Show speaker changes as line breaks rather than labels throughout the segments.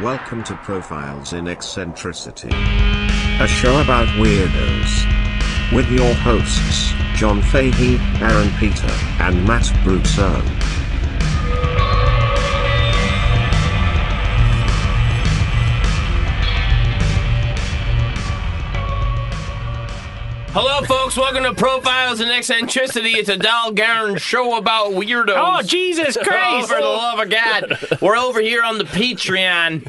Welcome to Profiles in Eccentricity, a show about weirdos. With your hosts, John Fahey, Aaron Peter, and Matt Bruton.
Hello, folks. Welcome to Profiles in Eccentricity. It's a Dal Garn show about weirdos.
Oh, Jesus
Oh,
Christ!
for the love of God. We're over here on the Patreon.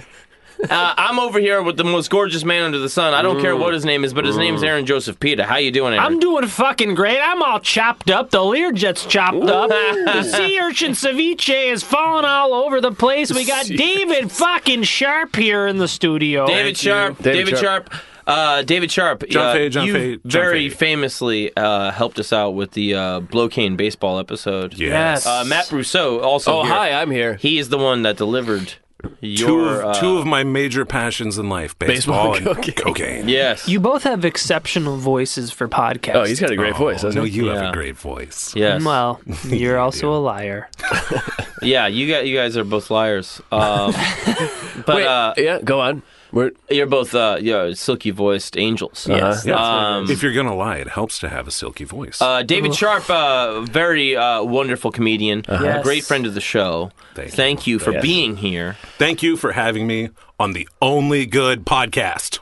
Uh, I'm over here with the most gorgeous man under the sun. I don't care what his name is, but his name's Aaron Joseph Pita. How you doing, Aaron?
I'm doing fucking great. I'm all chopped up. The Learjet's chopped up. The sea urchin ceviche is falling all over the place. We got David fucking Sharp here in the studio.
David Sharp. David, Sharp. Uh, David Sharp.
John
uh,
Fahey, John
you
Fahey, John
very
Fahey.
famously uh, helped us out with the uh, Blowcane baseball episode.
Yes.
Uh, Matt Rousseau also.
Oh,
here.
hi, I'm here.
He is the one that delivered your
Two of,
uh,
two of my major passions in life: baseball,
Baseball and
and cocaine.
Yes.
You both have exceptional voices for podcasts.
Oh, he's got a great
Oh,
voice, doesn't
no,
he?
you have
Yeah.
a great voice.
yes.
Well, you're also a liar.
Yeah, you got you guys are both liars. Um, but
Wait,
uh,
yeah, go on. We're,
you're both uh, yeah, silky voiced angels.
Yes.
Yeah.
Um,
if you're gonna lie, it helps to have a silky voice.
Uh, David Sharp, uh, very uh, wonderful comedian, a
Yes.
great friend of the show.
Thank you.
you for
Uh-huh. Yes.
being here.
Thank you for having me on the only good podcast.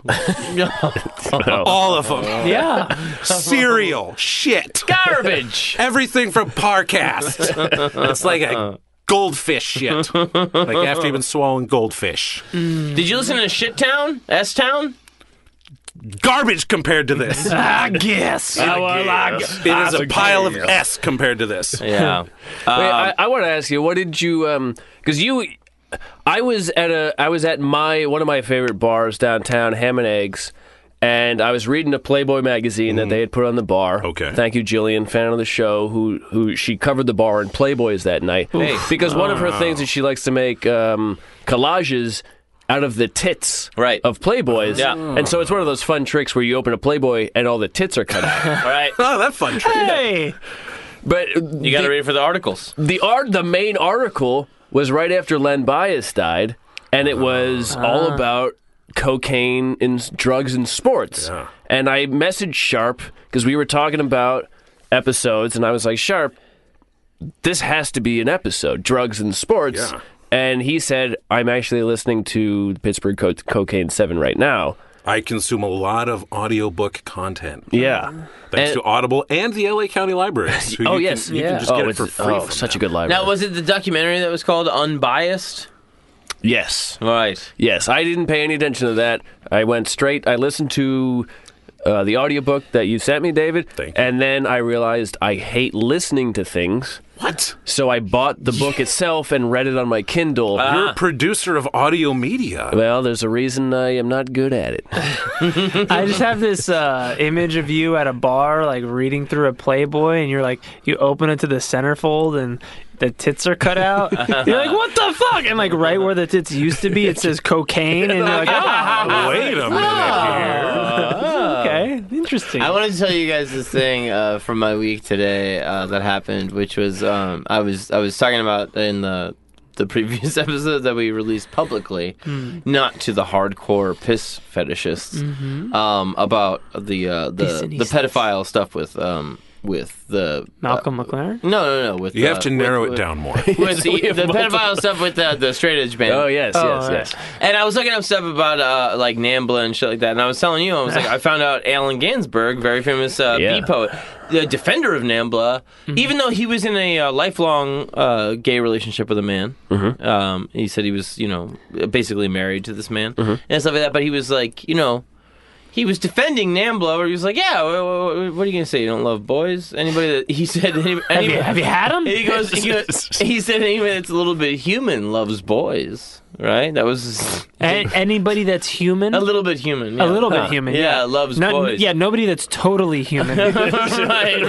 All of them.
Yeah.
Cereal, shit,
Garbage.
everything from Parcast. it's like a goldfish shit. Like after you've been swallowing goldfish,
Did you listen to Shit Town? S Town?
garbage compared to this. It
I guess.
is a pile of s compared to this.
Yeah.
wait,
Um,
I, I want to ask you, what did you? Um, because you, I was at a, I was at my one of my favorite bars downtown, Ham and Eggs, and I was reading a Playboy magazine
Mm-hmm.
that they had put on the bar.
Okay.
Thank you, Jillian, fan of the show, who who she covered the bar in Playboys that night.
Hey.
Because one of her things that she likes to make um, collages out of the tits
Right.
of Playboys.
Yeah.
And so it's one of those fun tricks where you open a Playboy and all the tits are cut out.
All right.
Oh, that fun trick.
Hey.
But
You got to
the,
read for the articles.
the art, the main article was right after Len Bias died, and it was all about cocaine and drugs and sports. And I messaged Sharp because we were talking about episodes, and I was like, Sharp, this has to be an episode, drugs and sports.
Yeah.
And he said, I'm actually listening to Pittsburgh Co- Cocaine 7 right now.
I consume a lot of audiobook content.
Yeah.
Thanks
And-
to Audible and the LA County Libraries. who
Oh,
you can-
yes.
you
yeah.
can just
oh,
get it
it's-
for free.
oh,
from
such a
them.
good library.
Now, was it the documentary that was called Unbiased?
yes.
Right.
Yes, I didn't pay any attention to that. I went straight. I listened to uh, the audiobook that you sent me, David.
Thank you.
And then I realized I hate listening to things.
What?
So I bought the book itself and read it on my Kindle.
You're a producer of audio media.
well, there's a reason I am not good at it.
I just have this uh, image of you at a bar, like reading through a Playboy, and you're like, you open it to the centerfold, and the tits are cut out. You're like, what the fuck? And like, right where the tits used to be, it says cocaine, and you're like, oh,
Wait a
Ah.
minute here.
okay, interesting.
I wanted to tell you guys this thing uh, from my week today uh, that happened, which was um, I was I was talking about in the the previous episode that we released publicly, not to the hardcore piss fetishists, um, about the uh, the the
Pissonistas.
pedophile stuff with um, with the
Malcolm McLaren.
Uh, no, no, no. With
You have
uh,
to
with-
narrow it
with-
down more.
With
We
the,
have
the
multiple-
pedophile stuff with the, the straight edge band.
Oh, yes,
Oh,
yes,
all
yes.
And I was looking up stuff about uh, like Nambla and shit like that. And I was telling you, I was like, I found out Allen Ginsberg, very famous uh,
Yeah.
bee poet, the defender of Nambla, even though he was in a uh, lifelong uh, gay relationship with a man.
Mm-hmm.
Um, he said he was, you know, basically married to this man
Mm-hmm.
and stuff like that. But he was like, you know. He was defending Nambla, where he was like, "Yeah, wha- wha- wha- what are you gonna say? You don't love boys? Anybody that he said, any,
Have you,
anybody-
have you had him?
he goes, he goes. He said, "Anyone that's a little bit human loves boys, right?" That was
A- anybody that's human?
a little bit human.
A
yeah.
little bit human.
Yeah,
Yeah,
loves
Not-
boys.
Yeah, nobody that's totally human.
right, right,
boys.
right.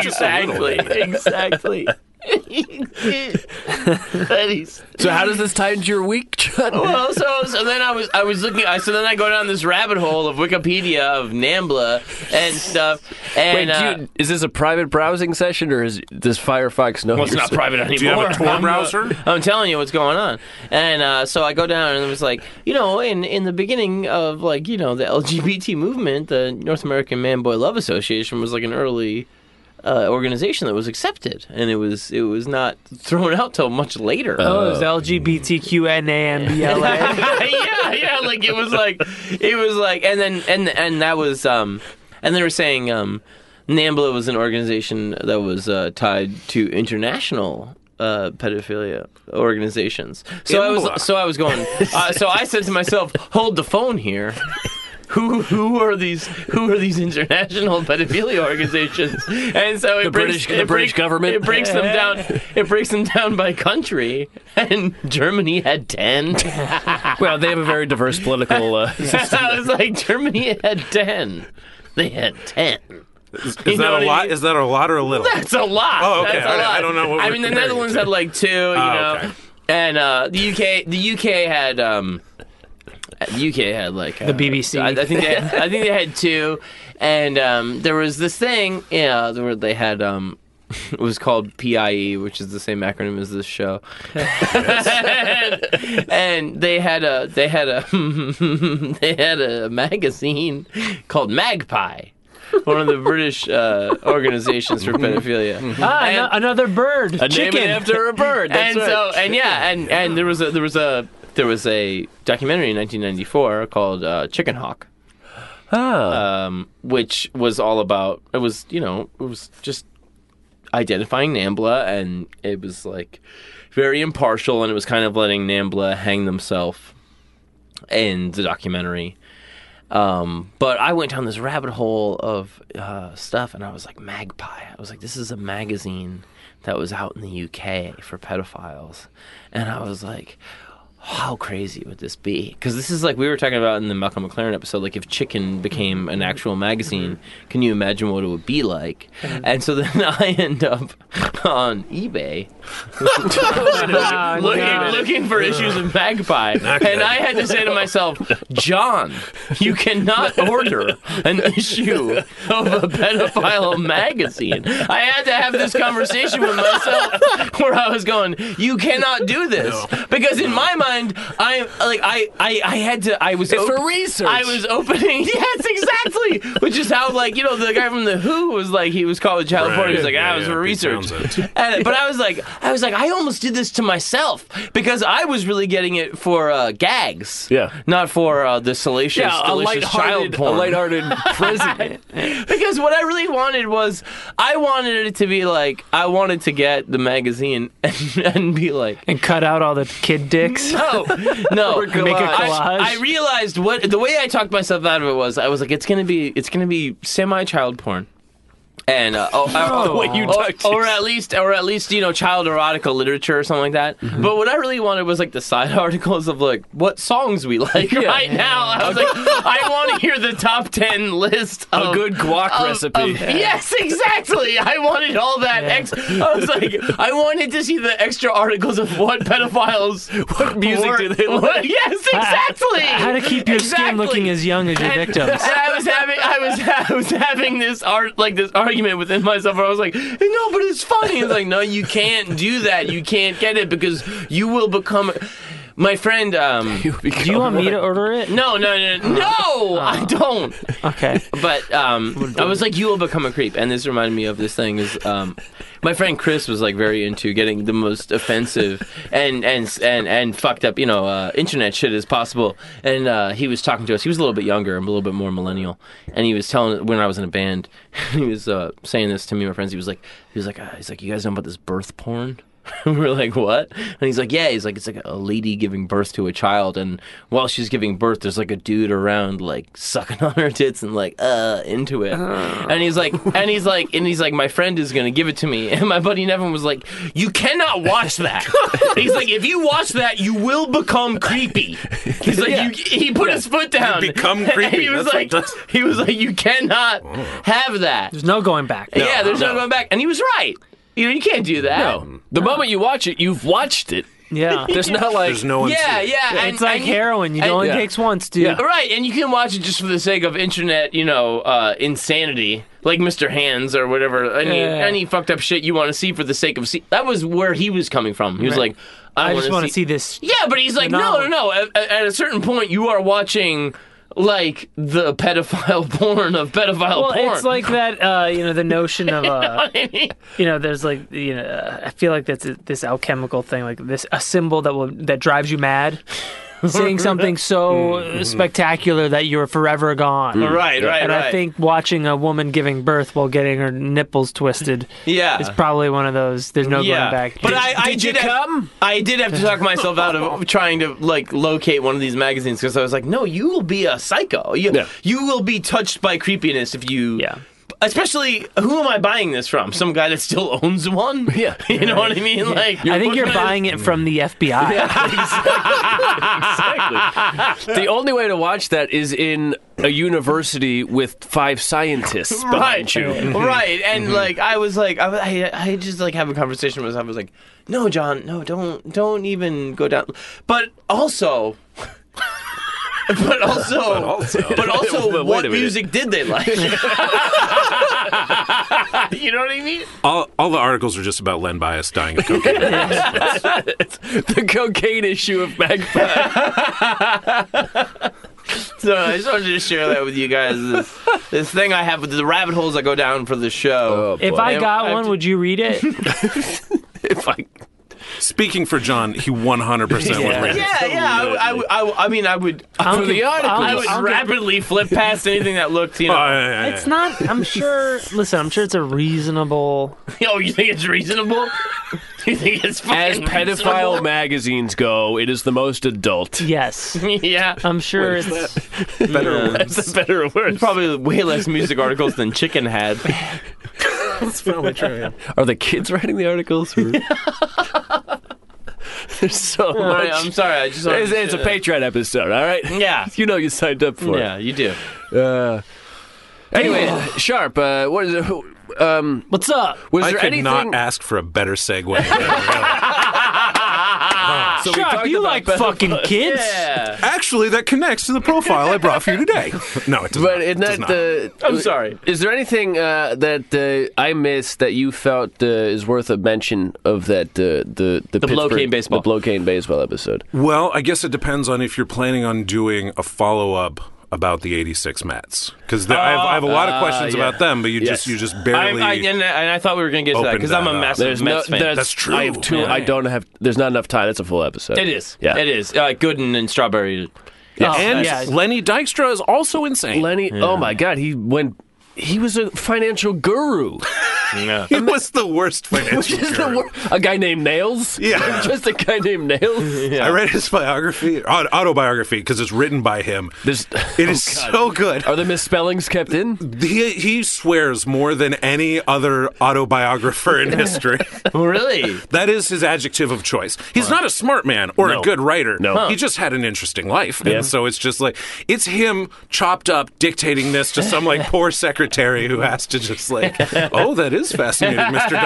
Exactly, exactly. That is-
So how does this tie into your week, Chud?
well, so, so then I was I was looking. I, so then I go down this rabbit hole of Wikipedia of Nambla and stuff.
Wait,
And
do
uh,
you- is this a private browsing session or is does Firefox know?
well, it's
you're
not
s-
private anymore.
Do you have a Tor
I'm, uh,
browser?
I'm telling you what's going on. And uh, so I go down and it was like, you know, in, in the beginning of like, you know, the LGBT movement, the North American Man Boy Love Association was like an early uh, organization that was accepted and it was it was not thrown out till much later.
Oh, it's LGBTQNAMBLA.
yeah, yeah, like it was like it was like and then and and that was um and they were saying um NAMBLA was an organization that was uh, tied to international uh, pedophilia organizations. So I
Imbla.
was so I was going uh, so I said to myself, "Hold the phone here." Who, who are these who are these international pedophilia organizations? And so it
The
breaks,
British-
it
the British government?
it breaks them down it breaks them down by country and Germany had ten
Well, they have a very diverse political. Uh,
I was like, Germany had 10. They had 10.
Is,
You
is that
know what
a
I
lot?
mean?
Is that a lot or a little?
That's a lot.
Oh, okay.
That's a
I- I
lot.
don't know what
I
we're
mean, the
comparing
Netherlands
it to. Oh,
had like two, you know.
okay.
And uh, the UK, the UK had um, the UK had like uh, the
BBC.
I, I think they had, I think they had two, and um, there was this thing, you know, where they had um, it was called PIE, which is the same acronym as this show, and, and they had a they had a they had a magazine called Magpie. One of the British uh, organizations for pedophilia.
ah,
And-
ano- another bird.
a name
Chicken.
it after a bird.
and
That's right.
so and yeah and and there was a there was a there was a documentary in 1994 called uh, Chicken Hawk,
Ah.
um, which was all about it was you know it was just identifying Nambla and it was like very impartial and it was kind of letting Nambla hang themselves in the documentary. Um, but I went down this rabbit hole of uh, stuff, and I was like, Magpie. I was like, this is a magazine that was out in the UK for pedophiles, and I was like, how crazy would this be? Because this is like we were talking about in the Malcolm McLaren episode. Like, if Chicken became an actual magazine, can you imagine what it would be like? And so then I end up on eBay
Ah,
looking,
no.
looking for issues of Magpie.
good.
And I had to say to myself, John, you cannot order an issue of a pedophile magazine. I had to have this conversation with myself where I was going, you cannot do this. Because in my mind, I like I I, I had to I was
it's
op-
for research.
Oh. I was opening. Yes, exactly. Which is how, like, you know, the guy from the Who was like, he was called with child
Right.
porn. He was like,
Yeah,
ah, it was
yeah,
for
Pete
research.
Townsend.
And, but I was like, I was like, I almost did this to myself because I was really getting it for uh, gags.
Yeah.
Not for uh, the salacious,
yeah, a
delicious child
lighthearted, a
porn.
lighthearted prison.
because what I really wanted was, I wanted it to be like, I wanted to get the magazine and, and be like,
and cut out all the kid dicks.
no, no. Make
collage.
I, I realized what the way I talked myself out of it was. I was like, it's gonna be, it's gonna be semi child porn, and uh, oh, oh,
The way you
or, or at least, or at least you know, child erotica literature or something like that. But what I really wanted was like the side articles of like what songs we like right now. I was like, I want to hear the top ten list
a
of
good guac
of-
recipe.
of- yes, exactly. I wanted all that. Ex- I was like, I wanted to see the extra articles of what pedophiles, what
music do they like?
yes, exactly.
How to keep your skin
Exactly.
looking as young as your
And-
victims.
And I was having, I was, I was having this art, like this argument within myself, where I was like, "No, but it's funny." It's like, "No, you can't do that. You can't get it because you will become." My friend, um,
Do you Uh-huh. want me to order it?
no, no, no, no, no, I don't.
Okay.
But um, I was like, you will become a creep, and this reminded me of this thing. Is um, my friend Chris was like very into getting the most offensive and and and and fucked up, you know, uh, internet shit as possible. And uh, he was talking to us. He was a little bit younger and a little bit more millennial, and he was telling when I was in a band, he was uh, saying this to me, and my friends. He was like, he was like, uh, he's like, you guys know about this birth porn. we were like, what? And he's like, yeah. He's like, it's like a lady giving birth to a child, and while she's giving birth, there's like a dude around, like sucking on her tits and like, uh, into it. And he's like, and he's like, and he's like, my friend is gonna give it to me. And my buddy Nevin was like, you cannot watch that. he's like, if you watch that, you will become creepy. He's like, you, he put his foot down.
become
And
creepy.
he was
That's what it
like,
does. Oh.
he was like, you cannot have that.
There's no going back.
yeah, there's no. going back. And he was right. You know, you can't do that.
No. The moment you watch it, you've watched it.
Yeah.
There's not like
There's no one.
Yeah, yeah. and-
it's like
and you-
heroin. You
and-
only
yeah.
takes once, dude.
Yeah.
Right, and you can watch it just for the sake of internet, you know, uh, insanity, like Mr. Hands or whatever. Any
Yeah.
any fucked up shit you want to see for the sake of see. That was where he was coming from. He was like, I,
I just want
want
to see this.
Yeah, but he's like,
The
no, no,
novel.
no. At, at- at a certain point, you are watching like the pedophile porn of pedophile
Well,
porn.
it's like that, uh, you know, the notion of, uh, you know, there's like, you know, uh, I feel like that's a, this alchemical thing, like this a symbol that will that drives you mad, seeing something so
Mm-hmm.
spectacular that you're forever gone.
right, right,
And
right.
I think watching a woman giving birth while getting her nipples twisted
yeah.
is probably one of those. There's no
yeah,
going back.
but I, I
Did you
have-
come?
I did have to talk myself out of trying to like locate one of these magazines because I was like, no, you will be a psycho. You,
Yeah.
you will be touched by creepiness if you.
Yeah.
Especially, who am I buying this from? Some guy that still owns one?
Yeah.
you know what I mean. Like,
I think you're buying it from the FBI.
exactly. the only way to watch that is in a university with five scientists behind
right,
you.
right. And
Mm-hmm.
like, I was like, I, was- I, I just like have a conversation with. myself. I was like, no, John, no, don't, don't even go down. But also. But also, but also,
But wait a
what
minute.
music did they like? you know what I mean?
All, all the articles are just about Len Bias dying of cocaine.
the cocaine issue of Magpie.
So I just wanted to share that with you guys. This, this thing I have with the rabbit holes that go down for the show.
Oh,
If I got one, would you read it?
if I,
Speaking for John, he 100 percent would read it.
yeah, yeah. I, I, would- I, would- I mean, I would. I
for the articles.
would rapidly flip past anything that looked, you know.
Oh, yeah, yeah, yeah.
It's not. I'm sure. Listen, I'm sure it's a reasonable.
oh, you think it's reasonable? you think it's
as
fucking
pedophile magazines go, it is the most adult.
Yes,
reasonable? yeah.
I'm sure it's.
better.
That's better or worse.
Probably way less music articles than Chicken had.
That's probably true. Yeah.
Are the kids writing the articles? Or... There's so much.
I'm sorry, I just wanted
it's,
to
it's a
share that.
Patreon episode, all right?
Yeah.
You know you signed up for
Yeah, you do.
it. Uh, anyway, Sharp, uh, what is it? who- Um,
What's up?
was
I
there
could
anything?
not ask for a better segue. Yeah, really.
Ah,
so we
Chuck,
talked
you
about
like
pedo-
fucking kids?
Yeah.
Actually, that connects to the profile I brought for you today. No, it does
But
not. It
isn't
does
that the?
I'm sorry.
Is there anything uh, that uh, I missed that you felt uh, is worth a mention of that uh, the the, the
blow cane baseball.
the blow cane baseball episode?
Well, I guess it depends on if you're planning on doing a follow up about the '86 Mets, because I, have- I have a lot of questions about them, but you just
Uh, Yes.
you just
I,
barely.
I, and, I- and I thought we were going to get to that
Opened
because I'm
that
a
up.
massive Mets fan.
there's-
That's true.
I have two. I don't have. There's not enough time. That's a full episode.
It is.
Yeah.
It is. Uh, Gooden and Strawberry.
Oh,
and
yeah.
Lenny Dykstra is also insane.
Lenny. Oh my God. He went. He was a financial guru.
he was the worst financial.
Just a,
guru.
wor- a guy named Nails.
Yeah.
Just a guy named Nails.
I read his biography, aut- autobiography, because it's written by him.
There's,
It is
oh,
so good.
are the misspellings kept in?
He he swears more than any other autobiographer in history.
really?
That is his adjective of choice. He's not a smart man or a good writer.
No. Huh.
He just had an interesting life.
Yeah.
And so it's just like, it's him chopped up dictating this to some like poor secretary who has to just like, oh, that is fascinating, Mr.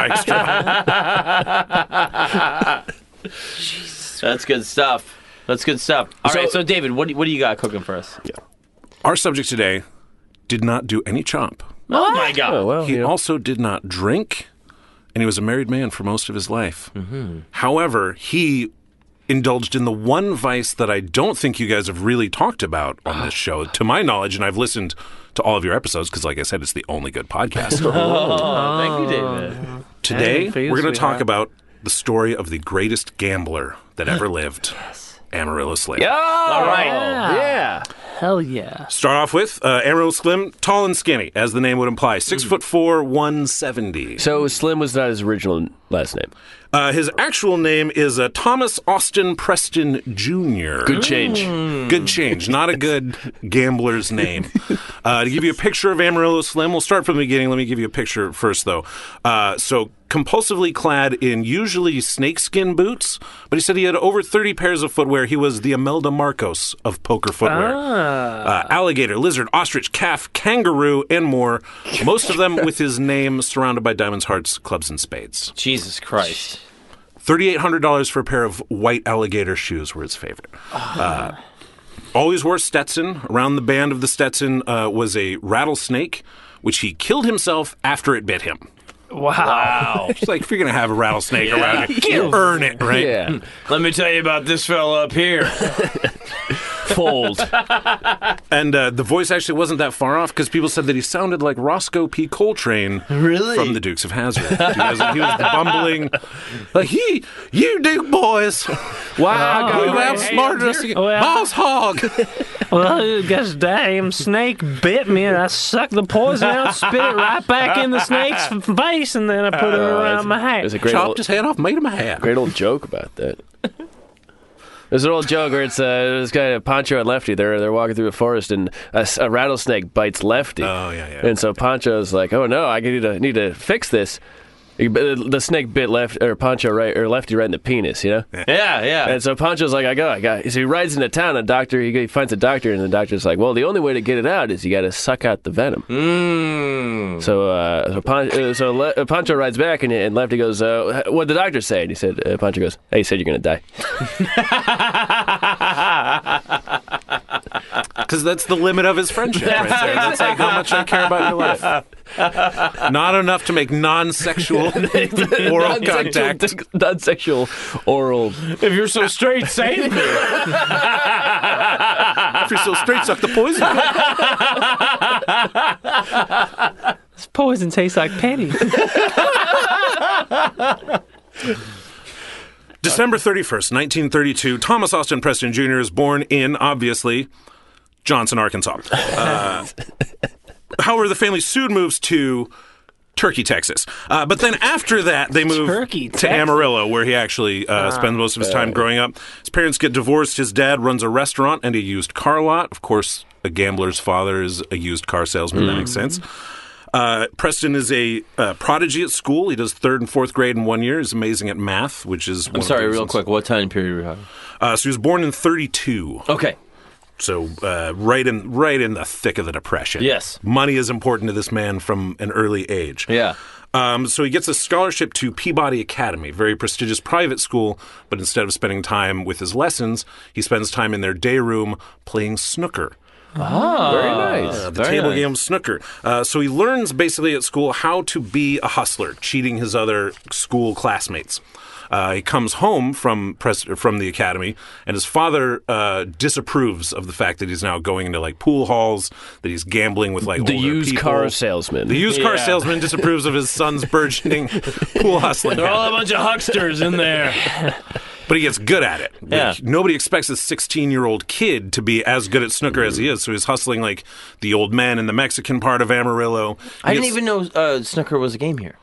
Dykstra.
That's good stuff. That's good stuff. All right,
So-
so, David, what do, what do you got cooking for us?
Our subject today did not do any chomp.
Oh my god.
Oh well.
He
you know.
also did not drink, and he was a married man for most of his life. However, he indulged in the one vice that I don't think you guys have really talked about on this show, to my knowledge, and I've listened to all of your episodes because, like I said, it's the only good podcast.
Oh, thank you, David.
Today,
Hey, for you,
we're going to talk
sweetheart.
about the story of the greatest gambler that ever lived, Amarillo Slim.
All right. Yeah.
Hell yeah.
Start off with uh, Amarillo Slim, tall and skinny, as the name would imply, six foot four, one seventy.
So Slim was not his original last name.
Uh, his actual name is uh, Thomas Austin Preston Jr.
Good change.
Good change, not a good gambler's name. Uh, to give you a picture of Amarillo Slim, we'll start from the beginning. Let me give you a picture first, though. Uh, so, compulsively clad in usually snakeskin boots, but he said he had over 30 pairs of footwear. He was the Imelda Marcos of poker footwear. Uh, alligator, lizard, ostrich, calf, kangaroo, and more. Most of them with his name surrounded by diamonds, hearts, clubs, and spades.
Jesus Christ.
$3,800 for a pair of white alligator shoes were his favorite. Uh, always wore Stetson. Around the band of the Stetson uh, was a rattlesnake, which he killed himself after it bit him.
Wow.
It's like, if you're going to have a rattlesnake around you, you earn it, right?
Yeah.
Let me tell you about this fella up here.
Fold.
And uh, the voice actually wasn't that far off because people said that he sounded like Roscoe P. Coltrane
Really?
from the Dukes of Hazzard. he, was, he was bumbling, like, "Ye, you Duke boys, wow,
Oh,
you
hey,
outsmarted us, again.
Well-
Boss Hog.
Well, I guess damn snake bit me, and I sucked the poison out, spit it right back in the snake's f- face, and then I put it around my hat.
There's a great
chopped
old,
his head off, made him a hat.
great old joke about that. There's an old joke where it's uh, this guy Pancho and Lefty. They're they're walking through a forest and a, s- a rattlesnake bites Lefty.
Oh, yeah, yeah.
And so Pancho's like, "Oh no, I need to need to fix this." The the snake bit left or Pancho right or Lefty right in the penis, you know.
Yeah, yeah.
And so Pancho's like, I got, I got. So he rides into town, and doctor, he, he finds a doctor, and the doctor's like, well, the only way to get it out is you got to suck out the venom.
Mm.
So, uh, so, Pon- uh, so Le- uh, Pancho rides back, and, and Lefty goes, uh, what did the doctor say? And he said, uh, Pancho goes, hey, he said you're gonna die.
Because that's the limit of his friendship right there. That's like how much I care about your life. Not enough to make non sexual oral
Non-sexual,
contact.
dis- non-sexual oral.
If you're so straight, save me.
If you're so straight, suck the poison.
This poison tastes like pennies.
December 31st, 1932, Thomas Austin Preston Jr. is born in, obviously, Johnson, Arkansas. Uh, however, the family soon moves to Turkey, Texas. Uh, but then after that, they move
Turkey,
to
Texas. Ah,
Amarillo, where he actually uh, spends most of his time growing up. His parents get divorced. His dad runs a restaurant and a used car lot. Of course, a gambler's father is a used car salesman. That
Mm.
makes sense. Uh, Preston is a uh, prodigy at school. He does third and fourth grade in one year. He's amazing at math, which is.
I'm sorry, real quick. What time period were we having?
Uh, so he was born in 32.
Okay.
So uh, right in right in the thick of the depression.
Yes.
money is important to this man from an early age.
Yeah.
Um, so he gets a scholarship to Peabody Academy, very prestigious private school. But instead of spending time with his lessons, he spends time in their day room playing snooker.
Very nice.
Uh, the table game snooker. Uh, so he learns basically at school how to be a hustler, cheating his other school classmates. Uh, he comes home from pres- from the academy, and his father uh, disapproves of the fact that he's now going into like pool halls, that he's gambling with like
The
older
used
people.
car salesman.
The used car
Yeah.
salesman disapproves of his son's burgeoning pool hustling,
They're
habit,
all a bunch of hucksters in there.
but he gets good at it.
Yeah.
Like, nobody expects a 16 year old kid to be as good at snooker as he is, so he's hustling like the old man in the Mexican part of Amarillo.
I
He
didn't
gets-
even know uh, snooker was a game here.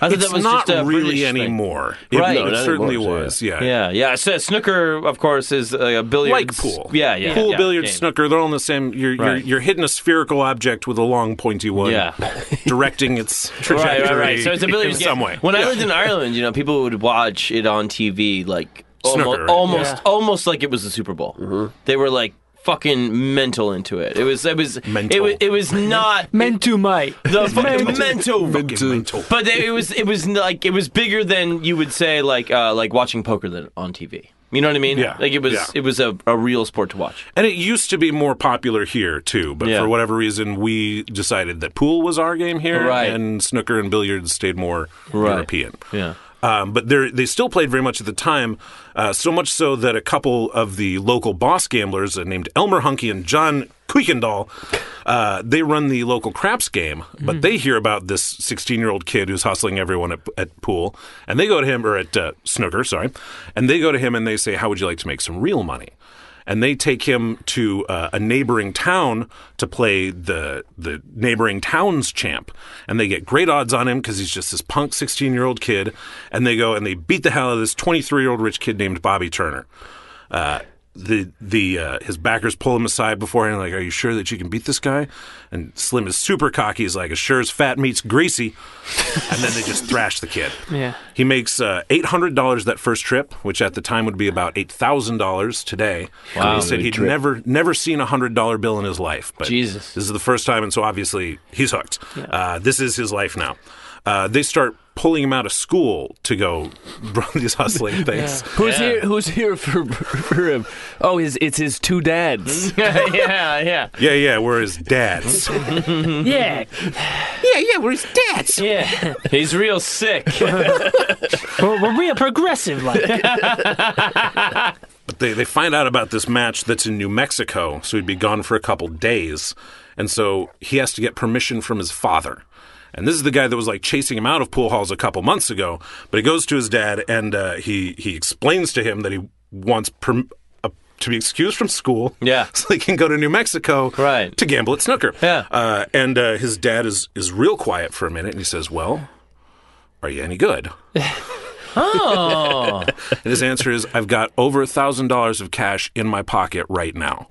I thought
It's
that was
not
just a
really
British thing.
anymore.
Right.
It,
No,
it
not
certainly
anymore, so
was. Yeah.
Yeah, yeah. So snooker, of course, is uh, a
Like
billiards.
pool.
Yeah, yeah.
Pool,
yeah,
billiards,
game.
snooker, they're all in the same. You're, you're,
Right.
you're hitting a spherical object with a long, pointy one,
Yeah.
directing its trajectory
Right, right, right. So it's a
in
billiards game.
some way.
When I lived in Ireland, you know, people would watch it on TV, like almo-
Snooker, right? Mm-hmm.
almost,
Yeah.
almost like it was the Super Bowl. They were like fucking mental into it. It was, it was,
Mental.
it was, it was not
Meant to might.
the fucking mental.
Fucking mental.
But they, it was, it was n- like it was bigger than you would say like uh, like watching poker than on TV. You know what I mean?
Yeah,
Like it was,
yeah.
it was a, a real sport to watch.
And it used to be more popular here too, but
Yeah.
for whatever reason, we decided that pool was our game here,
Right.
and snooker and billiards stayed more
Right.
European.
Yeah.
Um, but they they still played very much at the time, uh, so much so that a couple of the local boss gamblers uh, named Elmer Hunky and John Kuykendall, uh, they run the local craps game, but
Mm-hmm.
they hear about this 16 year old kid who's hustling everyone at, at pool, and they go to him, or at uh, snooker, sorry, and they go to him and they say, How would you like to make some real money? and they take him to uh, a neighboring town to play the the neighboring town's champ, and they get great odds on him because he's just this punk sixteen year old kid, and they go and they beat the hell out of this twenty three year old rich kid named Bobby Turner. Uh, the the uh, his backers pull him aside beforehand, like, "Are you sure that you can beat this guy?" And Slim is super cocky. He's like, "As sure as fat meets greasy," and then they just thrash the kid.
Yeah.
He makes uh, eight hundred dollars that first trip, which at the time would be about eight thousand dollars today. Wow, he said he'd never never seen a hundred dollar bill in his life, but
Jesus.
this is the first time, and so obviously he's hooked. Uh, this is his life now. Uh, they start pulling him out of school to go run these hustling things.
Who's here? Who's here for, for him? Oh, his it's his two dads.
yeah, yeah,
Yeah, yeah, we're his dads.
Yeah.
yeah, yeah, we're his dads.
Yeah.
he's real sick.
we're, we're real progressive, like.
But they, they find out about this match that's in New Mexico, so he'd be gone for a couple days. And so he has to get permission from his father. And this is the guy that was like chasing him out of pool halls a couple months ago. But he goes to his dad and uh, he, he explains to him that he wants perm- uh, to be excused from school.
Yeah.
So he can go to New Mexico
Right.
to gamble at snooker.
Yeah.
Uh, and uh, his dad is, is real quiet for a minute and he says, Well, are you any good?
Oh,
And his answer is, I've got over a $1,000 of cash in my pocket right now.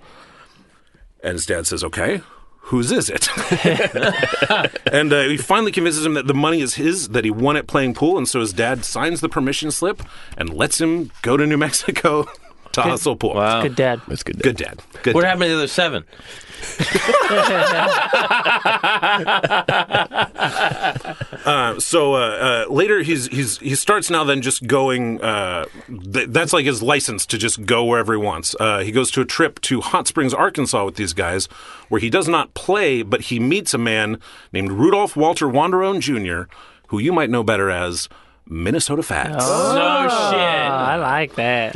And his dad says, Okay, whose is it? and uh, he finally convinces him that the money is his, that he won at playing pool. And so his dad signs the permission slip and lets him go to New Mexico to hustle pool. Wow.
Good dad.
That's good.
Good dad. Good
what
dad.
happened to the other seven?
So uh, uh, later, he's he's he starts now. Then just going. Uh, th- that's like his license to just go wherever he wants. Uh, he goes to a trip to Hot Springs, Arkansas, with these guys, where he does not play, but he meets a man named Rudolph Walter Wanderone Jr., who you might know better as Minnesota Fats.
Oh
Oh,
shit!
I like that.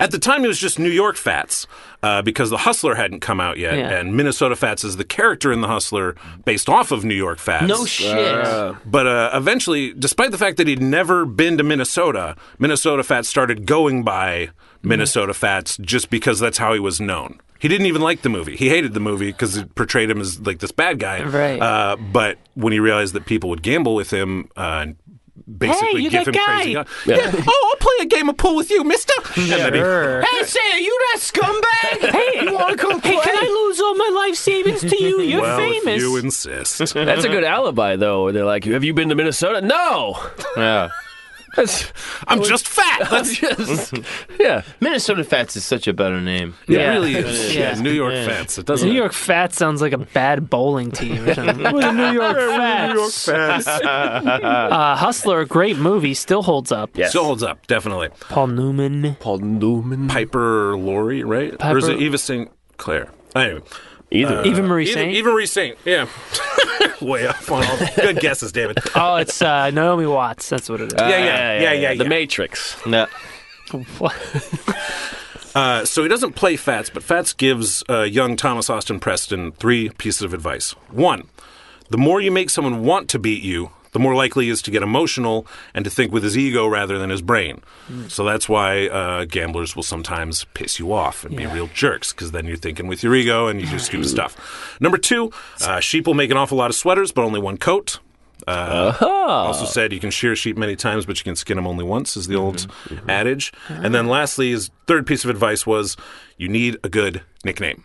At the time, it was just New York Fats uh, because The Hustler hadn't come out yet,
Yeah.
and Minnesota Fats is the character in The Hustler based off of New York Fats.
No shit.
But uh, eventually, despite the fact that he'd never been to Minnesota, Minnesota Fats started going by Minnesota Fats just because that's how he was known. He didn't even like the movie. He hated the movie because it portrayed him as like this bad guy.
Right.
Uh, but when he realized that people would gamble with him uh, and basically
you're
give him
that
crazy,
guy.
Yeah. Oh, I'll play a game of pool with you, Mister. And then he-
Sure.
Hey, say, are you that scumbag?
Hey, you want to come Hey, can I lose all my life savings to you? You're
well, if
famous.
you insist.
That's a good alibi though. Where they're like, "Have you been to Minnesota?" No.
Yeah.
That's,
I'm just fat. That's
that's just yeah.
Minnesota Fats is such a better name.
yeah.
it really is.
Yeah.
Yeah, New York Fats. It doesn't.
New York Fat sounds like a bad bowling team or something. We're the New York Fats.
Fats.
Uh, Hustler, great movie, still holds up.
Still holds up, definitely.
Paul Newman.
Paul Newman.
Piper Laurie, right? Or is
Piper-
it Eva St. Clair? Anyway,
Either.
Even Marie
either,
Saint.
Eva Marie Saint, yeah. Way up on all good guesses, David.
Oh, it's uh, Naomi Watts. That's what it is.
Yeah, yeah, yeah, yeah.
The
yeah.
Matrix.
No.
What?
Uh, so he doesn't play Fats, but Fats gives uh, young Thomas Austin Preston three pieces of advice. One, the more you make someone want to beat you, the more likely he is to get emotional and to think with his ego rather than his brain. So that's why uh, gamblers will sometimes piss you off and be real jerks because then you're thinking with your ego and you do stupid stuff. Number two, uh, sheep will make an awful lot of sweaters, but only one coat.
Uh,
Also said you can shear sheep many times, but you can skin them only once, is the old
Mm-hmm.
adage. And then lastly, his third piece of advice was you need a good nickname.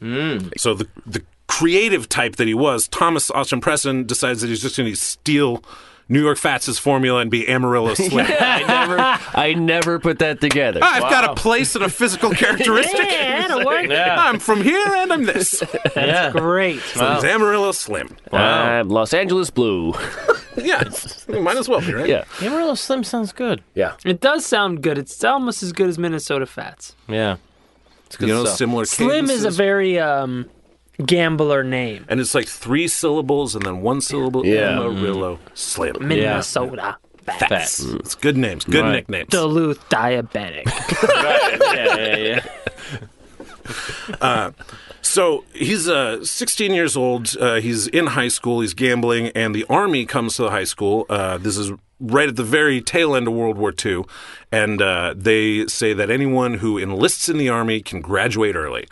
Mm.
So the the creative type that he was, Thomas Austin Preston decides that he's just going to steal New York Fats' formula and be Amarillo Slim.
I never, I never put that together.
I've got a place and a physical characteristic.
Yeah, that'll work.
I'm from here and I'm this.
Yeah.
Great.
It's Amarillo Slim.
I'm Los Angeles Blue.
Yeah, it might as well be, right?
Yeah.
Amarillo Slim sounds good.
Yeah.
It does sound good. It's almost as good as Minnesota Fats.
Yeah. It's good
You know,
stuff.
similar
Slim is a
cadences.
very um, gambler name.
and it's like three syllables and then one syllable.
Yeah. Mm-hmm.
Amarillo Slim.
Minnesota Fats.
Fats.
It's good names, good
Right.
nicknames.
Duluth diabetic.
yeah, yeah, yeah.
So he's uh, 16 years old. Uh, he's in high school. He's gambling, and the army comes to the high school. Uh, this is right at the very tail end of World War II, and uh, they say that anyone who enlists in the army can graduate early.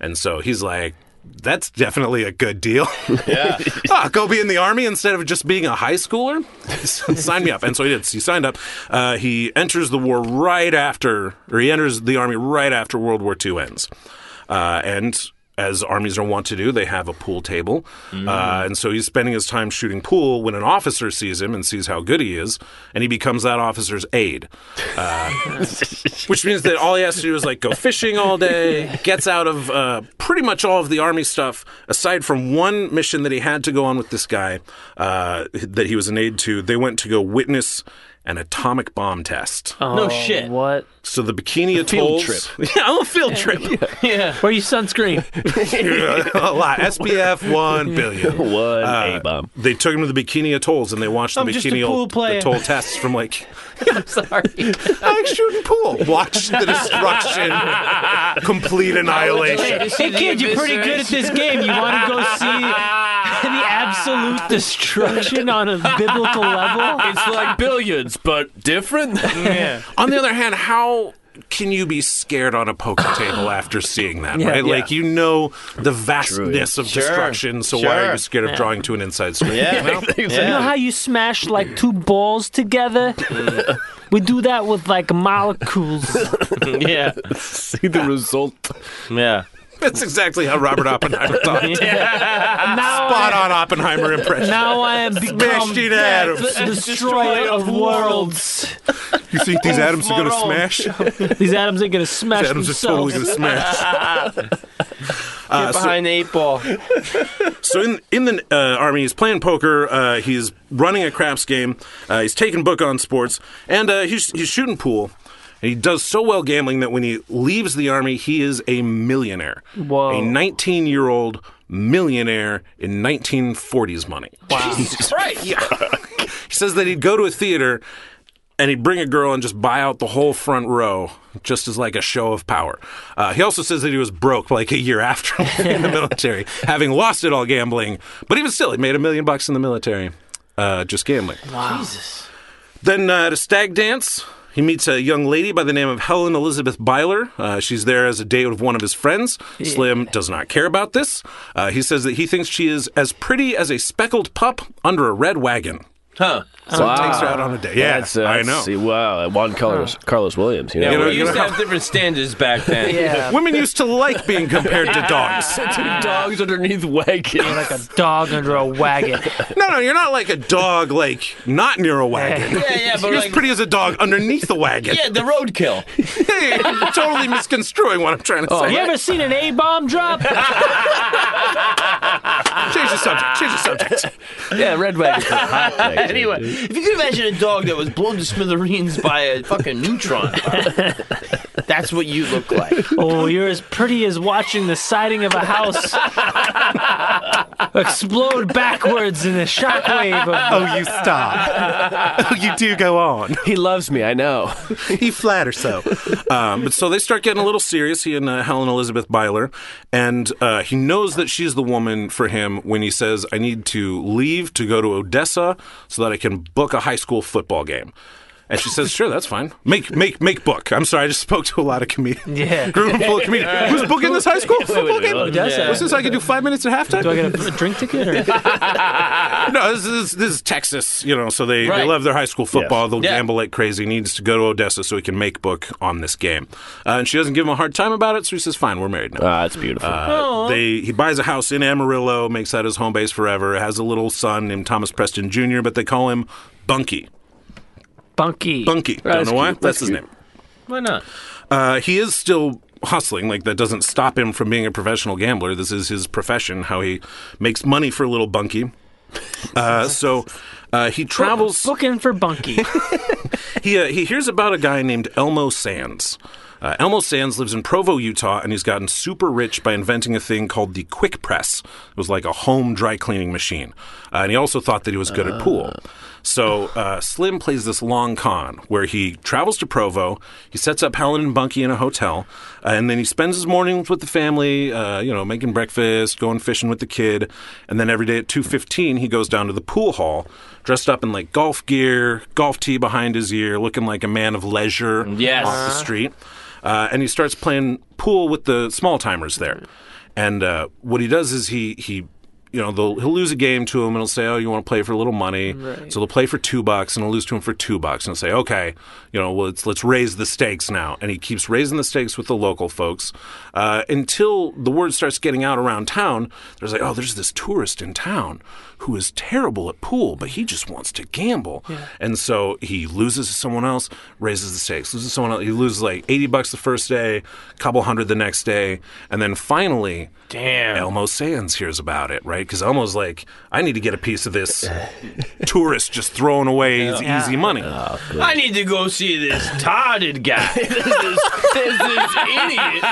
And so he's like, that's definitely a good deal. Yeah. ah, go be in the army instead of just being a high schooler? Sign me up. And so he did. He signed up. Uh, he enters the war right after, or he enters the army right after World War II ends. Uh, and as armies are wont to do, they have a pool table. Uh, and so he's spending his time shooting pool when an officer sees him and sees how good he is, and he becomes that officer's aide. Uh, which means that all he has to do is like go fishing all day, gets out of uh, pretty much all of the army stuff, aside from one mission that he had to go on with this guy uh, that he was an aide to. They went to go witness an atomic bomb test.
No
Oh,
shit.
What?
So the bikini
field
atolls. Yeah, a little field trip.
Where you sunscreen?
a lot. SPF one billion.
One
Uh,
A bomb.
They took him to the Bikini Atolls and they watched the
I'm just a
Bikini
pool player.
Atoll tests from like
Sorry.
I like shooting pool. Watch the destruction, complete annihilation.
Hey kid, you're pretty good at this game. You want to go see the absolute destruction on a biblical level?
It's like billions, but different.
Yeah.
On the other hand, how can you be scared on a poker table after seeing that? right,
yeah.
like you know the vastness of destruction. So why are
Sure.
you scared of drawing to an inside straight?
Yeah.
You know how you smash like two balls together? we do that with like molecules.
Yeah.
See the result.
Yeah.
That's exactly how Robert Oppenheimer thought.
Now,
Spot on Oppenheimer impression.
now um, I am become
Smashed it, Adams.
the destroyer of worlds.
You think these atoms are going to smash?
These atoms ain't gonna smash
Adams is totally
themselves.
going to smash. Uh, so-
Behind the eight ball.
So in in the uh, army, he's playing poker. Uh, he's running a craps game. Uh, he's taking book on sports, and uh, he's he's shooting pool. And he does so well gambling that when he leaves the army, he is a millionaire.
Whoa.
A 19 year old millionaire in 1940s money. Wow. Jesus Christ. Yeah. he says that he'd go to a theater and he'd bring a girl and just buy out the whole front row just as like a show of power. Uh, he also says that he was broke like a year after in the military, having lost it all gambling. But even still, he made a million bucks in the military uh, just gambling.
Jesus.
Then uh, at a stag dance, he meets a young lady by the name of Helen Elizabeth Byler. Uh, she's there as a date with one of his friends. Slim does not care about this. Uh, he says that he thinks she is as pretty as a speckled pup under a red wagon.
Huh.
So he takes her out on a date. Yeah,
That's, uh,
I know.
See, wow, Juan Carlos, Carlos Williams. You know,
You know,
we
you
used to
know-
have different standards back then.
Yeah.
Women used to like being compared to dogs.
two dogs underneath wagons.
Like a dog under a wagon.
No, no, you're not like a dog, like not near a wagon.
Yeah, yeah, but
You're as
like-
pretty as a dog underneath the wagon.
Yeah, the roadkill.
You're totally misconstruing what I'm trying
Oh.
to say.
You ever seen an A bomb drop?
Change the subject. Change the subject.
yeah, red wagon.
Anyway, if you could imagine a dog that was blown to smithereens by a fucking neutron, that's what you look like.
Oh, you're as pretty as watching the siding of a house explode backwards in a shockwave of
Oh, you stop. Oh, you do go on.
he loves me. I know.
He flatter so. Um, but so they start getting a little serious, he and uh, Helen Elizabeth Byler. And uh, he knows that she's the woman for him when he says, I need to leave to go to Odessa so that I can book a high school football game. And she says, "Sure, that's fine. Make, make, make book." I'm sorry, I just spoke to a lot of comedians.
Yeah.
room full of comedians. Who's booking this high school football game?
Odessa.
What's this? I can do five minutes at halftime.
Do I get a drink ticket? Or?
No, this is this is Texas, you know. So they, they
Right.
love their high school football. They'll
Yeah.
gamble like crazy. He needs to go to Odessa so he can make book on this game. Uh, and she doesn't give him a hard time about it. So he says, "Fine, we're married now."
Ah, it's beautiful.
Uh, they he buys a house in Amarillo, makes that his home base forever. Has a little son named Thomas Preston Jr., but they call him Bunky.
Bunky.
Bunky. Don't
That's
know why.
cute.
That's
That's
his
cute.
name.
Why not?
Uh, he is still hustling. Like that doesn't stop him from being a professional gambler. This is his profession. How he makes money for little Bunky. Uh, so. Uh, he travels.
Looking for Bunky.
He uh, he hears about a guy named Elmo Sands. Uh, Elmo Sands lives in Provo, Utah, and he's gotten super rich by inventing a thing called the Quick Press. It was like a home dry cleaning machine. Uh, and he also thought that he was good at pool. So uh, Slim plays this long con where he travels to Provo, he sets up Helen and Bunky in a hotel, uh, and then he spends his mornings with the family, uh, you know, making breakfast, going fishing with the kid, and then every day at 2.15 he goes down to the pool hall dressed up in like golf gear, golf tee behind his ear, looking like a man of leisure
Yes.
off the street. Uh, and he starts playing pool with the small timers there. And uh, what he does is he he you know they'll, he'll lose a game to him and he'll say oh you want to play for a little money so they'll play for two bucks and he'll lose to him for two bucks and he'll say okay you know well let's, let's raise the stakes now and he keeps raising the stakes with the local folks uh, until the word starts getting out around town there's like oh there's this tourist in town who is terrible at pool but he just wants to gamble and so he loses to someone else raises the stakes loses to someone else he loses like 80 bucks the first day a couple hundred the next day and then finally Elmo Sands hears about it, right? Because Elmo's like, I need to get a piece of this tourist just throwing away his easy money.
I need to go see this Todded guy. this, is, this is idiot.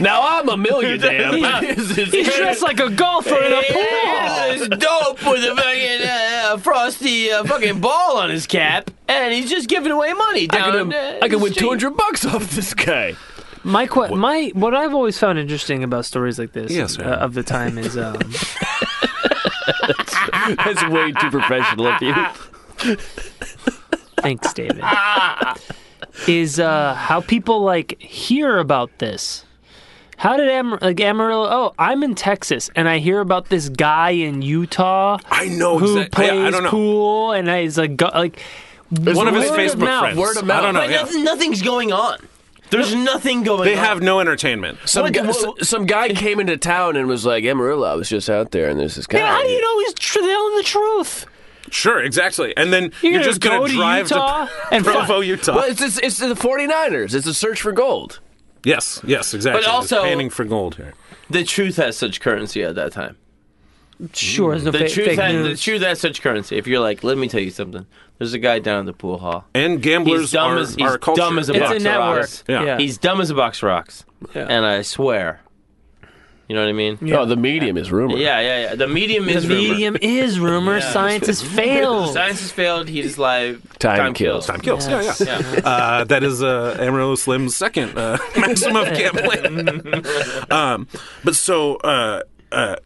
Now I'm a millionaire. but this is-
He's dressed like a golfer in a pool.
This dope with a fucking uh, frosty uh, fucking ball on his cap, and he's just giving away money.
I
Down,
could,
uh,
Um, I could win
the street.
two hundred bucks off this guy.
My que- my what I've always found interesting about stories like this
Yes,
uh,
ma'am.
of the time is um,
That's way too professional of you.
thanks, David. is uh, how people like hear about this. How did Amar- like Amarillo? Oh, I'm in Texas, and I hear about this guy in Utah
I know
who
exactly.
plays
I, I don't know.
pool, and he's like go- like
One of his
word
Facebook
of mouth,
friends.
word of
I don't know.
mouth.
But
yeah.
nothing, nothing's going on. There's nothing going
They
on.
have no entertainment.
Some
What-
guy,
what-
s- some guy came into town and was like, "Amarillo, I was just out there, and there's this guy."
Yeah, how do you know he's tr- telling the truth?
Sure, exactly. And then you're, just
go
going to drive
Utah
to
and
Provo,
fuck.
Utah.
Well, it's, it's it's the 49ers. It's a search for gold.
Yes, yes, exactly.
But also-
It's panning for gold here.
The truth has such currency at that time.
Sure, there's no
The
fa-
truth,
fake
has, the
news.
truth has such currency. If you're like, let me tell you something. There's a guy down at the pool hall.
And gamblers
He's dumb
are,
as
are
he's
culture.
dumb as a
It's
box
a
of
network.
rocks.
Yeah.
Yeah.
He's dumb as a box of rocks. And I swear. You know what I mean?
Oh, the medium is rumor.
Yeah, yeah, yeah. The medium is
The medium is rumor. Science has
rumor.
failed.
Science has failed. He is live.
Time kills.
Time kills. Yeah, yeah. Uh, that is uh, Amarillo Slim's second uh, maximum of gambling. um, but so. Uh, uh,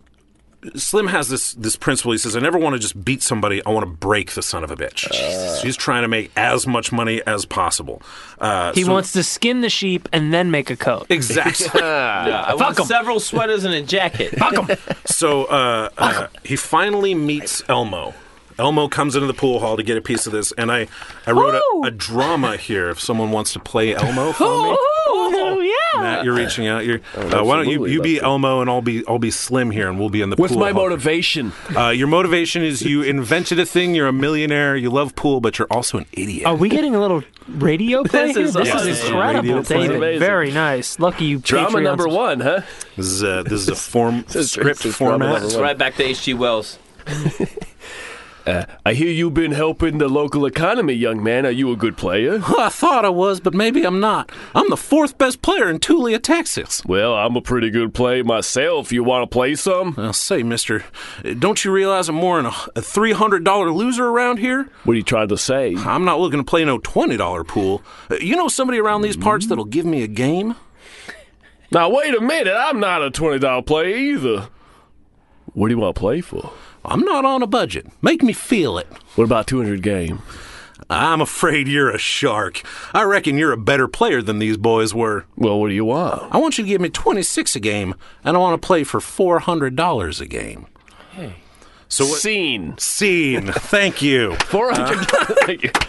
Slim has this this principle. He says, "I never want to just beat somebody. I want to break the son of a bitch." He's trying to make as much money as possible. Uh,
He
so-
wants to skin the sheep and then make a coat.
exactly.
Yeah, I want several sweaters and a jacket.
So uh, uh, he finally meets Elmo. Elmo comes into the pool hall to get a piece of this, and I, I wrote
Ooh.
a, a drama here. If someone wants to play Elmo for me,
Oh, yeah.
Matt, you're reaching out. You're, uh, why don't you,
Oh, absolutely,
you be
that's it.
Elmo and I'll be I'll be Slim here, and we'll be in the
What's
pool.
my
hall.
motivation?
Uh, your motivation is you invented a thing. You're a millionaire. You love pool, but you're also an idiot.
Are we getting a little radio play?
This
here?
is awesome.
Yes.
incredible,
Radio play.
David.
Amazing.
Very nice. Lucky you.
Drama
Patreon
number
subs-
one, huh?
This is a, this is a form
This is
script
racist drama
format.
number one.
right back to H.G. Wells.
I hear you've been helping the local economy, young man. Are you a good player?
I thought I was, but maybe I'm not. I'm the fourth best player in Tulia, Texas.
Well, I'm a pretty good player myself. You want to play some?
I'll say, Mister, don't you realize I'm more than a, a three hundred dollar loser around here?
What are you trying to say?
I'm not looking to play no twenty dollar pool. Uh, You know somebody around these parts that'll give me a game?
Now, wait a minute. I'm not a $20 player either. What do you want to play for?
I'm not on a budget. Make me feel it.
What about 200 game?
I'm afraid you're a shark. I reckon you're a better player than these boys were.
Well, what do you want?
I want you to give me 26 a game, and I want to play for $400 a game. So what?
Scene.
Scene. Thank you.
400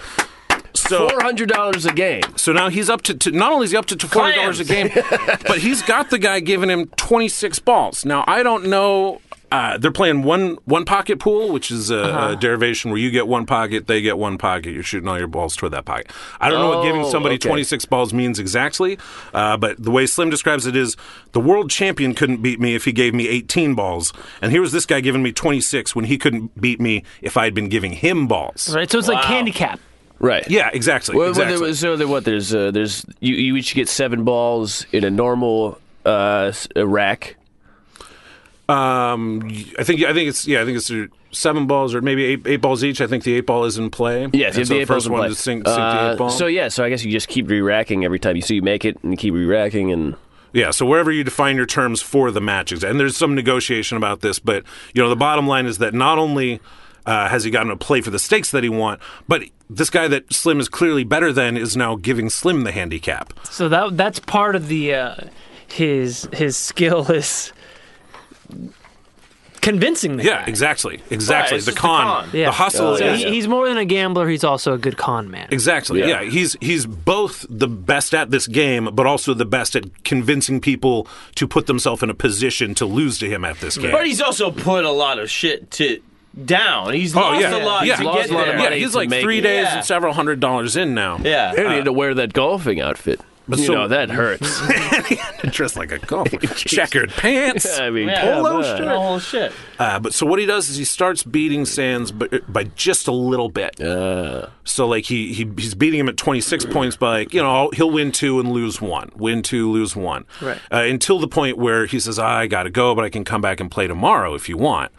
So
$400 a game.
so now he's up to, to not only is he up to $400 a game, but he's got the guy giving him 26 balls. Now I don't know uh, they're playing one one pocket pool, which is a,
Uh-huh.
a derivation where you get one pocket, they get one pocket. You're shooting all your balls toward that pocket. I don't know what giving
Oh,
somebody
okay.
26 balls means exactly, uh, but the way Slim describes it is the world champion couldn't beat me if he gave me 18 balls, and here was this guy giving me 26 when he couldn't beat me if I had been giving him balls.
Right, so it's like handicap.
Right.
Yeah, exactly.
Well, well, there
exactly.
was- so there, what? There's uh, there's you, you each get seven balls in a normal uh, s- a rack.
Um, I think I think it's yeah, I think it's uh, seven balls or maybe eight, eight balls each. I think the eight ball is in play.
Yes,
And
if
so
the
the
eight balls
first
in
one
play.
to sink, sink the
Uh,
eight ball.
So yeah, so I guess you just keep re-racking every time. You so you make it and you keep re-racking and
yeah, so wherever you define your terms for the matches, and there's some negotiation about this, but you know the bottom line is that not only uh, has he gotten to play for the stakes that he want, but this guy that Slim is clearly better than is now giving Slim the handicap.
So that that's part of the uh, his his skill is convincing the
Yeah,
guy.
exactly, exactly.
it's
the,
just the
con,
con.
Yeah.
the hustle.
So
is-
he, he's more than a gambler. He's also a good con man.
Exactly.
Yeah.
Yeah. he's he's both the best at this game, but also the best at convincing people to put themselves in a position to lose to him at this game.
But he's also put a lot of shit to down. He's lost a lot
Oh, yeah.
to
Lost
get
a lot of
there.
Yeah,
money
he's
to
like
make
three
it.
days
Yeah.
and several hundred dollars in now.
Yeah.
I need to wear that golfing outfit.
Uh, But
you
so-
know that hurts.
dressed like a golfer, checkered pants.
I mean,
Yeah,
come
Polo
on.
shirt.
The whole shit.
Uh, but so what he does is he starts beating Sands by, by just a little bit. So like he, he he's beating him at 26 points by like, you know he'll win two and lose one, win two, lose one,
Right.
Uh, until the point where he says "Ah, I got to go, but I can come back and play tomorrow if you want.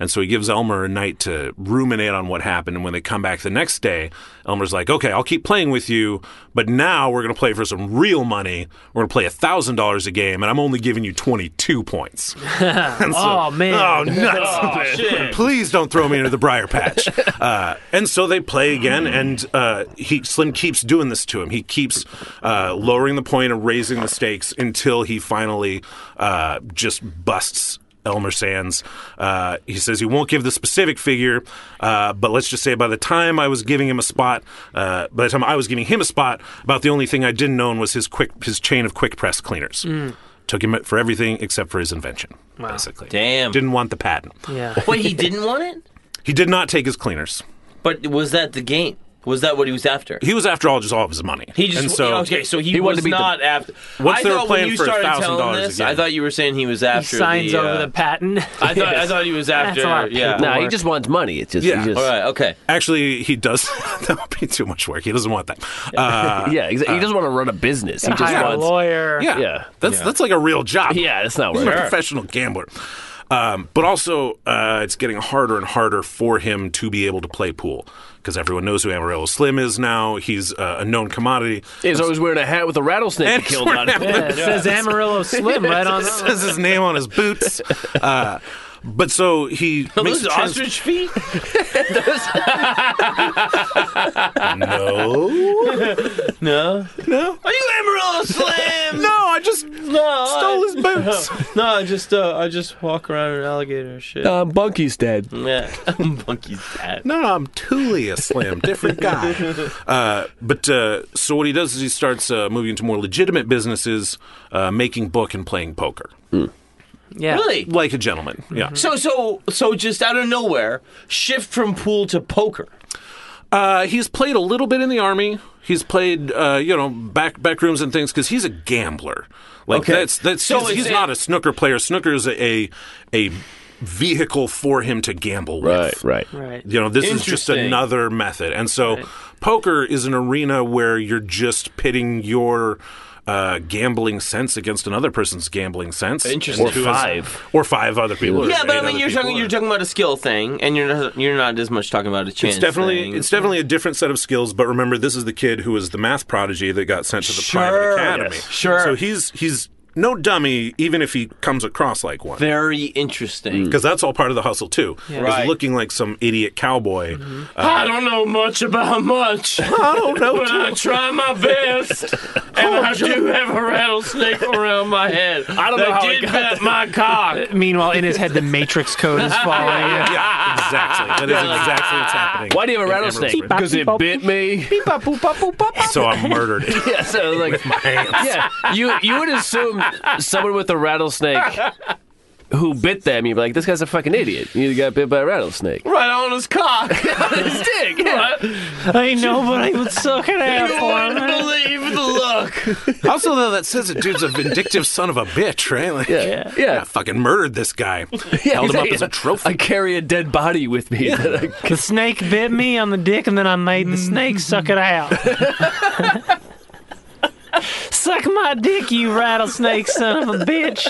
And so he gives Elmer a night to ruminate on what happened. And when they come back the next day, Elmer's like, okay, I'll keep playing with you, but now we're going to play for some real money. We're going to play $1,000 a game, and I'm only giving you 22 points. And so-
Oh, man.
Oh, nuts. Please don't throw me into the briar patch. Uh, and so they play again, and uh, he Slim keeps doing this to him. He keeps uh, lowering the point and raising the stakes until he finally uh, just busts. Elmer Sands. Uh, he says he won't give the specific figure, uh, but let's just say by the time I was giving him a spot, uh, by the time I was giving him a spot, about the only thing I didn't own was his quick his chain of quick press cleaners. Took him for everything except for his invention, basically.
Damn.
Didn't want the patent.
Yeah.
Wait, he didn't want it?
He did not take his cleaners.
But was that the game? Was that what he was after?
He was after all just all of his money.
He just
and so
okay, so he,
wanted to
was
beat the-
not after.
Once
I
they were
thought when
playing
you
for
started
$1,000
telling this,
again.
I thought you were saying he was
He
after.
signs
the,
over
uh,
the patent.
I thought I thought he was
That's
after.
a lot of
yeah.
people.
No, he
work.
just wants money. It's just, he
Yeah.
just-
All right. Okay.
actually he does. that would be too much work. He doesn't want that. Uh,
yeah. Exa- he doesn't want to run a business. He just
Hire a
wants.
lawyer.
yeah,
Yeah.
That's that's like a real job.
Yeah, that's not
He's a
worth it.
professional gambler. Um, but also, uh, it's getting harder and harder for him to be able to play pool because everyone knows who Amarillo Slim is now. He's uh, a known commodity.
He's always wearing a hat with a rattlesnake
And
he
he's
killed on
wearing
it.
a-
Yeah, it says Amarillo Slim right on.
It says his name on his boots. Uh, but so he
Are
makes
those
the trans-
ostrich feet?
No,
No.
no,
Are you Amarillo Slam?
no. I just
No,
stole
I,
his boots.
no, I just uh, I just walk around in alligator shit.
Uh,
Um, Bunky's dead.
yeah, monkey's dad.
No, no, I'm Tulia Slim, different guy. Uh, but uh, so what he does is he starts uh, moving into more legitimate businesses, uh, making book and playing poker
Yeah.
Really?
like a gentleman. Yeah.
So so so just out of nowhere, shift from pool to poker.
Uh, he's played a little bit in the army. He's played, uh, you know, back back rooms and things because he's a gambler. Like
Okay.
that's that's
So
he's,
is
he's
it-
not a snooker player. Snooker is a a vehicle for him to gamble
Right,
with.
right.
Right.
You know, this is just
Interesting.
another method. And so poker is an arena where you're just pitting your uh, gambling sense against another person's gambling sense.
Interesting.
And who
Or
is-
five.
Or five other people. or
Yeah, but
eight
I mean,
other
you're
people,
talking
or-
you're talking about a skill thing, and you're not you're not as much talking about a chance.
It's definitely
thing.
it's definitely a different set of skills, but remember this is the kid who was the math prodigy that got sent to the private
Sure.
academy.
Yes. Sure.
So he's he's no dummy, even if he comes across like one.
very interesting.
Because that's all part of the hustle too. Is
Right. Mm-hmm.
looking like some idiot cowboy.
I don't know much about much.
I don't know. Oh,
I try my best, and I do have a rattlesnake around my head. I
don't know how I got
bet my cock.
Uh, Meanwhile, in his head, the Matrix code is falling. in.
yeah, exactly. That is exactly what's happening.
Why do you have a
in
rattlesnake?
Everett.
Because it bit me.
So I murdered it.
Yeah, so like, yeah, you you would assume someone with a rattlesnake who bit them, you'd be like, this guy's a fucking idiot. You got bit by a rattlesnake.
Right on his cock, on his dick.
I know, but I was so gonna have fun.
Believe the look.
Also, though, that says a dude's a vindictive son of a bitch, right? Like,
Yeah. Yeah.
I fucking murdered this guy. Held him up as a trophy.
I carry a dead body with me.
The snake bit me on the dick, and then I made the snake suck it out. suck my dick, you rattlesnake son of a bitch.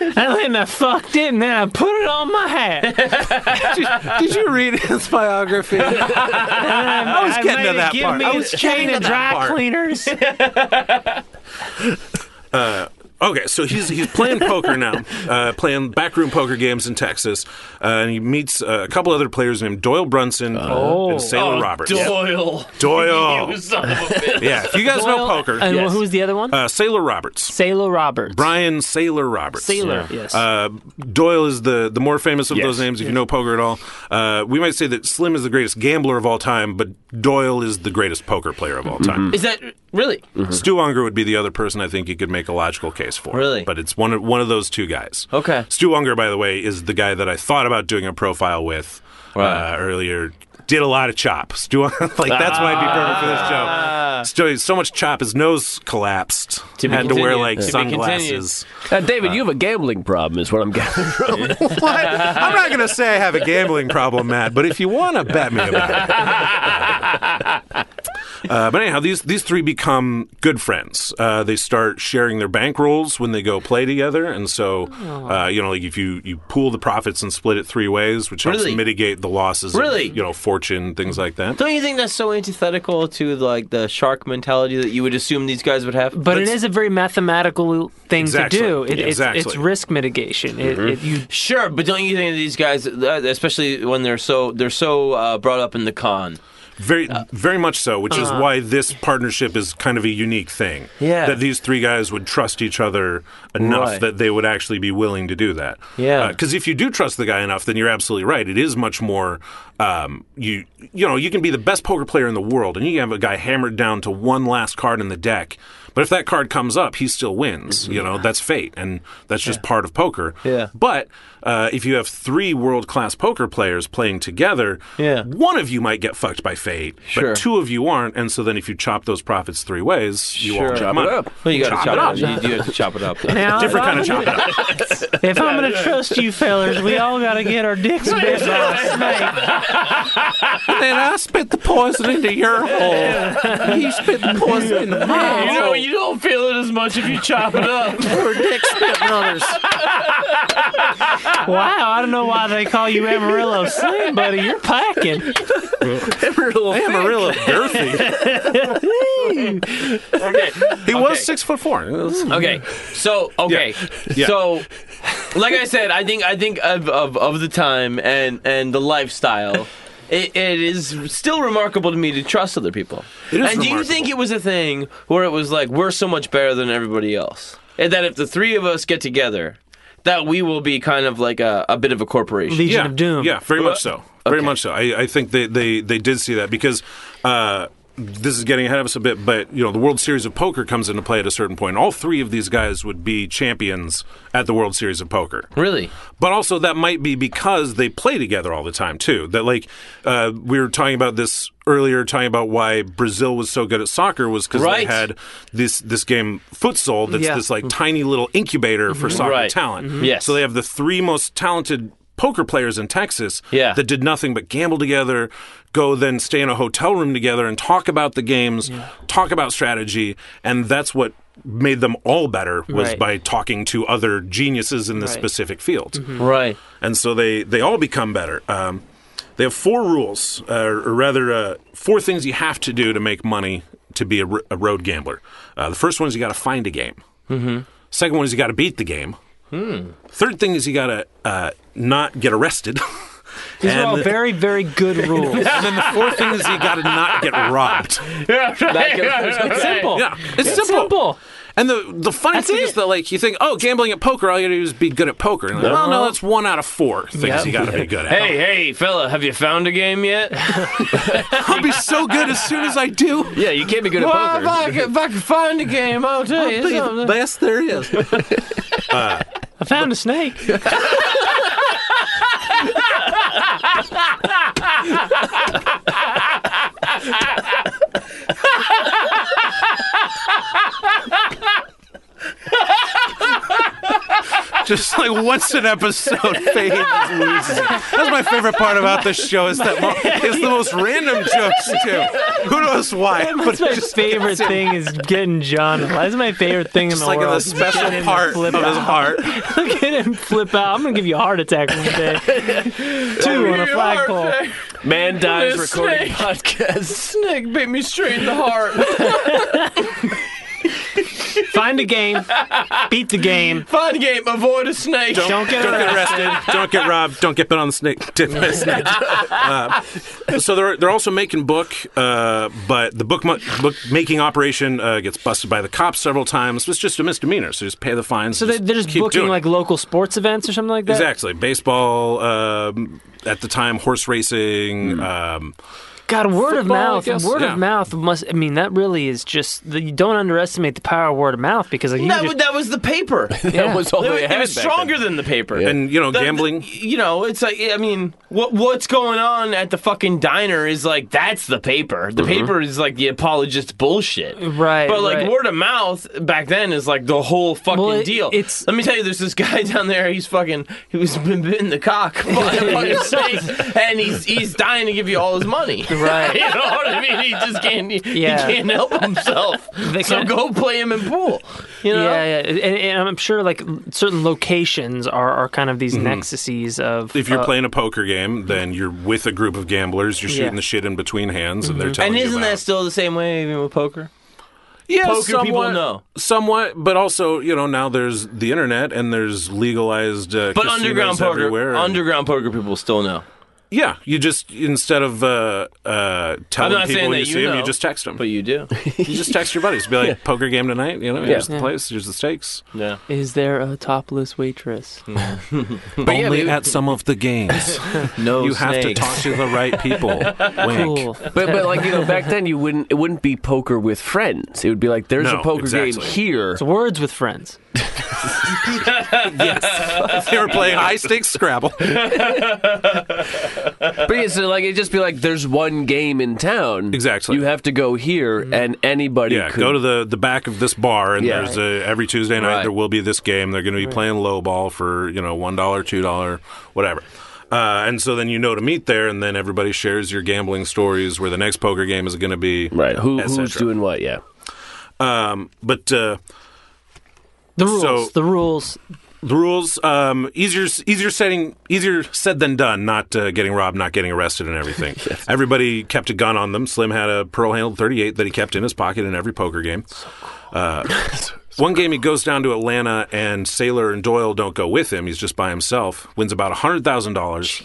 And then I fucked it, and then I put it on my hat.
Did you read his biography? I
I
was
made
getting to
it
that
give
part.
me
I was
a chain
getting
of
to that
dry
part.
cleaners.
Okay, so he's he's playing poker now, uh, playing backroom poker games in Texas, uh, and he meets uh, a couple other players named Doyle Brunson
Oh.
and Sailor Roberts.
Doyle.
Doyle,
You son of a bitch.
yeah. If you guys know poker,
And
yes.
who's the other one?
uh, Sailor Roberts,
Sailor Roberts.
Brian Sailor Roberts.
Sailor, yes.
Uh, Doyle is the, the more famous of
Yes.
those names, if you know poker at all. Uh, we might say that Slim is the greatest gambler of all time, but Doyle is the greatest poker player of all
Mm-hmm.
time.
Is that really?
Stu Unger would be the other person I think you could make a logical case for.
Really? Oh.
But it's one of, one of those two guys.
Okay.
Stu Unger, by the way, is the guy that I thought about doing a profile with
Right.
uh, earlier. Did a lot of chop. Stu, like that's why I'd be perfect for this show. Stu, so much chop, his nose collapsed.
Ah. To be
had to wear
continued.
like
To be
sunglasses.
Uh, David, you have a gambling problem, is what I'm gathering. from.
What? I'm not going to say I have a gambling problem, Matt, but if you want to bet me about it. Uh, but anyhow, these, these three become good friends. Uh, they start sharing their bankrolls when they go play together. And so,
Oh.
uh, you know, like if you, you pool the profits and split it three ways, which helps
Really?
mitigate the losses
Really?
of, you know, fortune, things like that.
Don't you think that's so antithetical to like the shark mentality that you would assume these guys would have?
but it is a very mathematical thing
Exactly.
to do. It, it's,
Exactly.
it's risk mitigation. It,
Mm-hmm.
it, you
Sure, but don't you think these guys, uh, especially when they're so they're so uh, brought up in the con?
Very,
Uh,
very much so, which is why this partnership is kind of a unique thing.
uh-huh. Yeah.
That these three guys would trust each other enough
Right.
that they would actually be willing to do that.
Yeah.
Because if you do trust the guy enough, then you're absolutely right. It is much more. Um, you you know you can be the best poker player in the world, and you can have a guy hammered down to one last card in the deck. But if that card comes up, he still wins. You know that's fate, and that's just part of poker.
Mm-hmm. Yeah.
But uh, if you have three world class poker players playing together,
Yeah.
one of you might get fucked by fate,
Sure.
but two of you aren't. And so then if you chop those profits three ways, you all
Sure.
make
Chop it
money.
up.
Well, you got to chop,
Chop it up.
it up. You, you have to chop it up.
now,
Different
if
kind of chop it up.
I'm- If I'm gonna trust you fellers, we all gotta get our dicks bit by a snake.
then I spit Oh, the poison into your hole. He spit the poison into mine.
You know, you don't feel it as much if you chop it up.
Wow, I don't know why they call you Amarillo Slim, buddy. You're packing.
Amarillo girthy. He was six foot four.
Okay, so okay,
Yeah.
so like I said, I think I think of of, of the time and and the lifestyle. It, it is still remarkable to me to trust other people.
It is
and do you think
remarkable.
it was a thing where it was like we're so much better than everybody else, and that if the three of us get together, that we will be kind of like a, a bit of a corporation?
Legion
yeah,
of Doom.
Yeah, very much so. Very much so. I, I think they, they, they did see that because uh, this is getting ahead of us a bit, but you know the World Series of Poker comes into play at a certain point. All three of these guys would be champions at the World Series of Poker.
really?
But also that might be because they play together all the time too. That like uh, we were talking about this earlier, talking about why Brazil was so good at soccer was because
Right. Mm-hmm.
they had this this game futsal that's
Yeah.
this like tiny little incubator for soccer
Right. Mm-hmm.
talent.
Yes.
So they have the three most talented poker players in Texas
Yeah.
that did nothing but gamble together, go then stay in a hotel room together and talk about the games, talk about strategy, and that's what made them all better was
Right.
by talking to other geniuses in this
Right.
specific field
Right.
and so they they all become better. Um, they have four rules, uh, or rather, uh, four things you have to do to make money to be a, r- a road gambler. Uh, the first one is you got to find a game. Mm-hmm. Second one is you got to beat the game. Third thing is you got to uh, not get arrested.
These are all
the-
very, very good rules.
and then the fourth thing is you got to not get robbed.
Not gonna-
It's simple.
Yeah, it's,
It's simple.
And the the funny
That's
thing
it.
is that like you think, oh, gambling at poker, all you gotta do is be good at poker. And like, well, no, that's one out of four things you gotta be good at.
Hey, hey, fella, have you found a game yet?
I'll be so good as soon as I do.
Yeah, you can't be good at
well,
poker.
if I, could, if I could find a game, I'll
Oh,
tell you something.
best there is.
I found a snake.
Just like once an episode, Faye just loses. it. That's my favorite part about this show is that mo- it's the most random jokes too. Who knows why? But
That's my
just
favorite thing is getting John. That's my favorite thing in
it's
the
like in
world.
the special
Get him to
part of
flip
his
out.
heart.
Look at him flip out. I'm gonna give you a heart attack one day. Two on a flagpole.
Man dies
This
recording
snake.
podcasts.
Snake bit me straight in the heart.
Find a game. Beat the game.
find a game, avoid a snake.
Don't get
Don't get
arrested.
arrested. Don't get robbed. Don't get bit on the snake. Dip by a snake. Uh, so they're they're also making book, uh, but the book, mu- book making operation uh, gets busted by the cops several times. It's just a misdemeanor, so just pay the fines.
So they- they're just
keep
booking
doing it.
like local sports events or something like that.
Exactly. Baseball, um, at the time, horse racing.
Hmm.
Um,
God, word of
Football, I
mouth.
guess.
Word
Yeah.
of mouth must. I mean, that really is just. the- You don't underestimate the power of word of mouth because like you
That,
can
wa- that was the paper. It
That was all they
was,
had
it was
back then.
stronger than the paper.
And, you know,
The- the-
gambling.
you know, it's like I mean, what what's going on at the fucking diner is like that's the paper.
Mm-hmm.
The paper is like the apologist bullshit.
Right,
But like
right.
word of mouth back then is like the whole fucking
Well, it-
deal.
it's-
let me tell you, there's this guy down there. He's fucking he was been bitten the cock by a fucking snake, and he's he's dying to give you all his money.
Right.
you know what I mean? He just can't. He, he
Yeah.
can't help himself. so
can't-
go play him in pool. You know.
Yeah, yeah, and, and I'm sure like l- certain locations are, are kind of these nexuses of.
Mm-hmm. if you're
uh,
playing a poker game, then you're with a group of gamblers. You're shooting
Yeah.
the shit in between hands, and they're telling
Mm-hmm. And
you
isn't
about-
that still the same way even with poker?
yeah,
poker people know.
somewhat, but also you know now there's the internet and there's legalized uh,
But
casinos
underground poker,
everywhere. and-
underground poker people still know.
yeah, you just instead of uh, uh, telling
not
people
saying that
when
you
you see them, you
know,
just text them.
But you do.
you just text your buddies, be like, "Poker game tonight, you know, here's the place, here's the stakes."
yeah.
Is there a topless waitress?
Only at some of the games.
No,
you have to talk to the right people. Wink.
Cool.
But but like you know, back then you wouldn't it wouldn't be poker with friends. It would be like there's
No,
a poker game
exactly.
here.
It's words with friends.
They were playing high stakes Scrabble.
But yeah, so like it'd just be like there's one game in town.
Exactly.
You have to go here, and anybody
Yeah,
could
go to the, the back of this bar, and
Yeah.
there's a, every Tuesday night
Right.
there will be this game. They're going to be playing low ball for you know one dollar, two dollar, whatever. Uh, and so then you know to meet there, and then everybody shares your gambling stories where the next poker game is going to be.
right. Who
et
who's
cetera.
doing what? Yeah.
Um, but uh,
The rules.
So-
the rules.
the rules um, easier easier setting easier said than done. Not uh, getting robbed, not getting arrested, and everything. Everybody kept a gun on them. Slim had a pearl handled thirty eight that he kept in his pocket in every poker game. Uh, One game he goes down to Atlanta and Sailor and Doyle don't go with him. He's just by himself. Wins about hundred thousand dollars.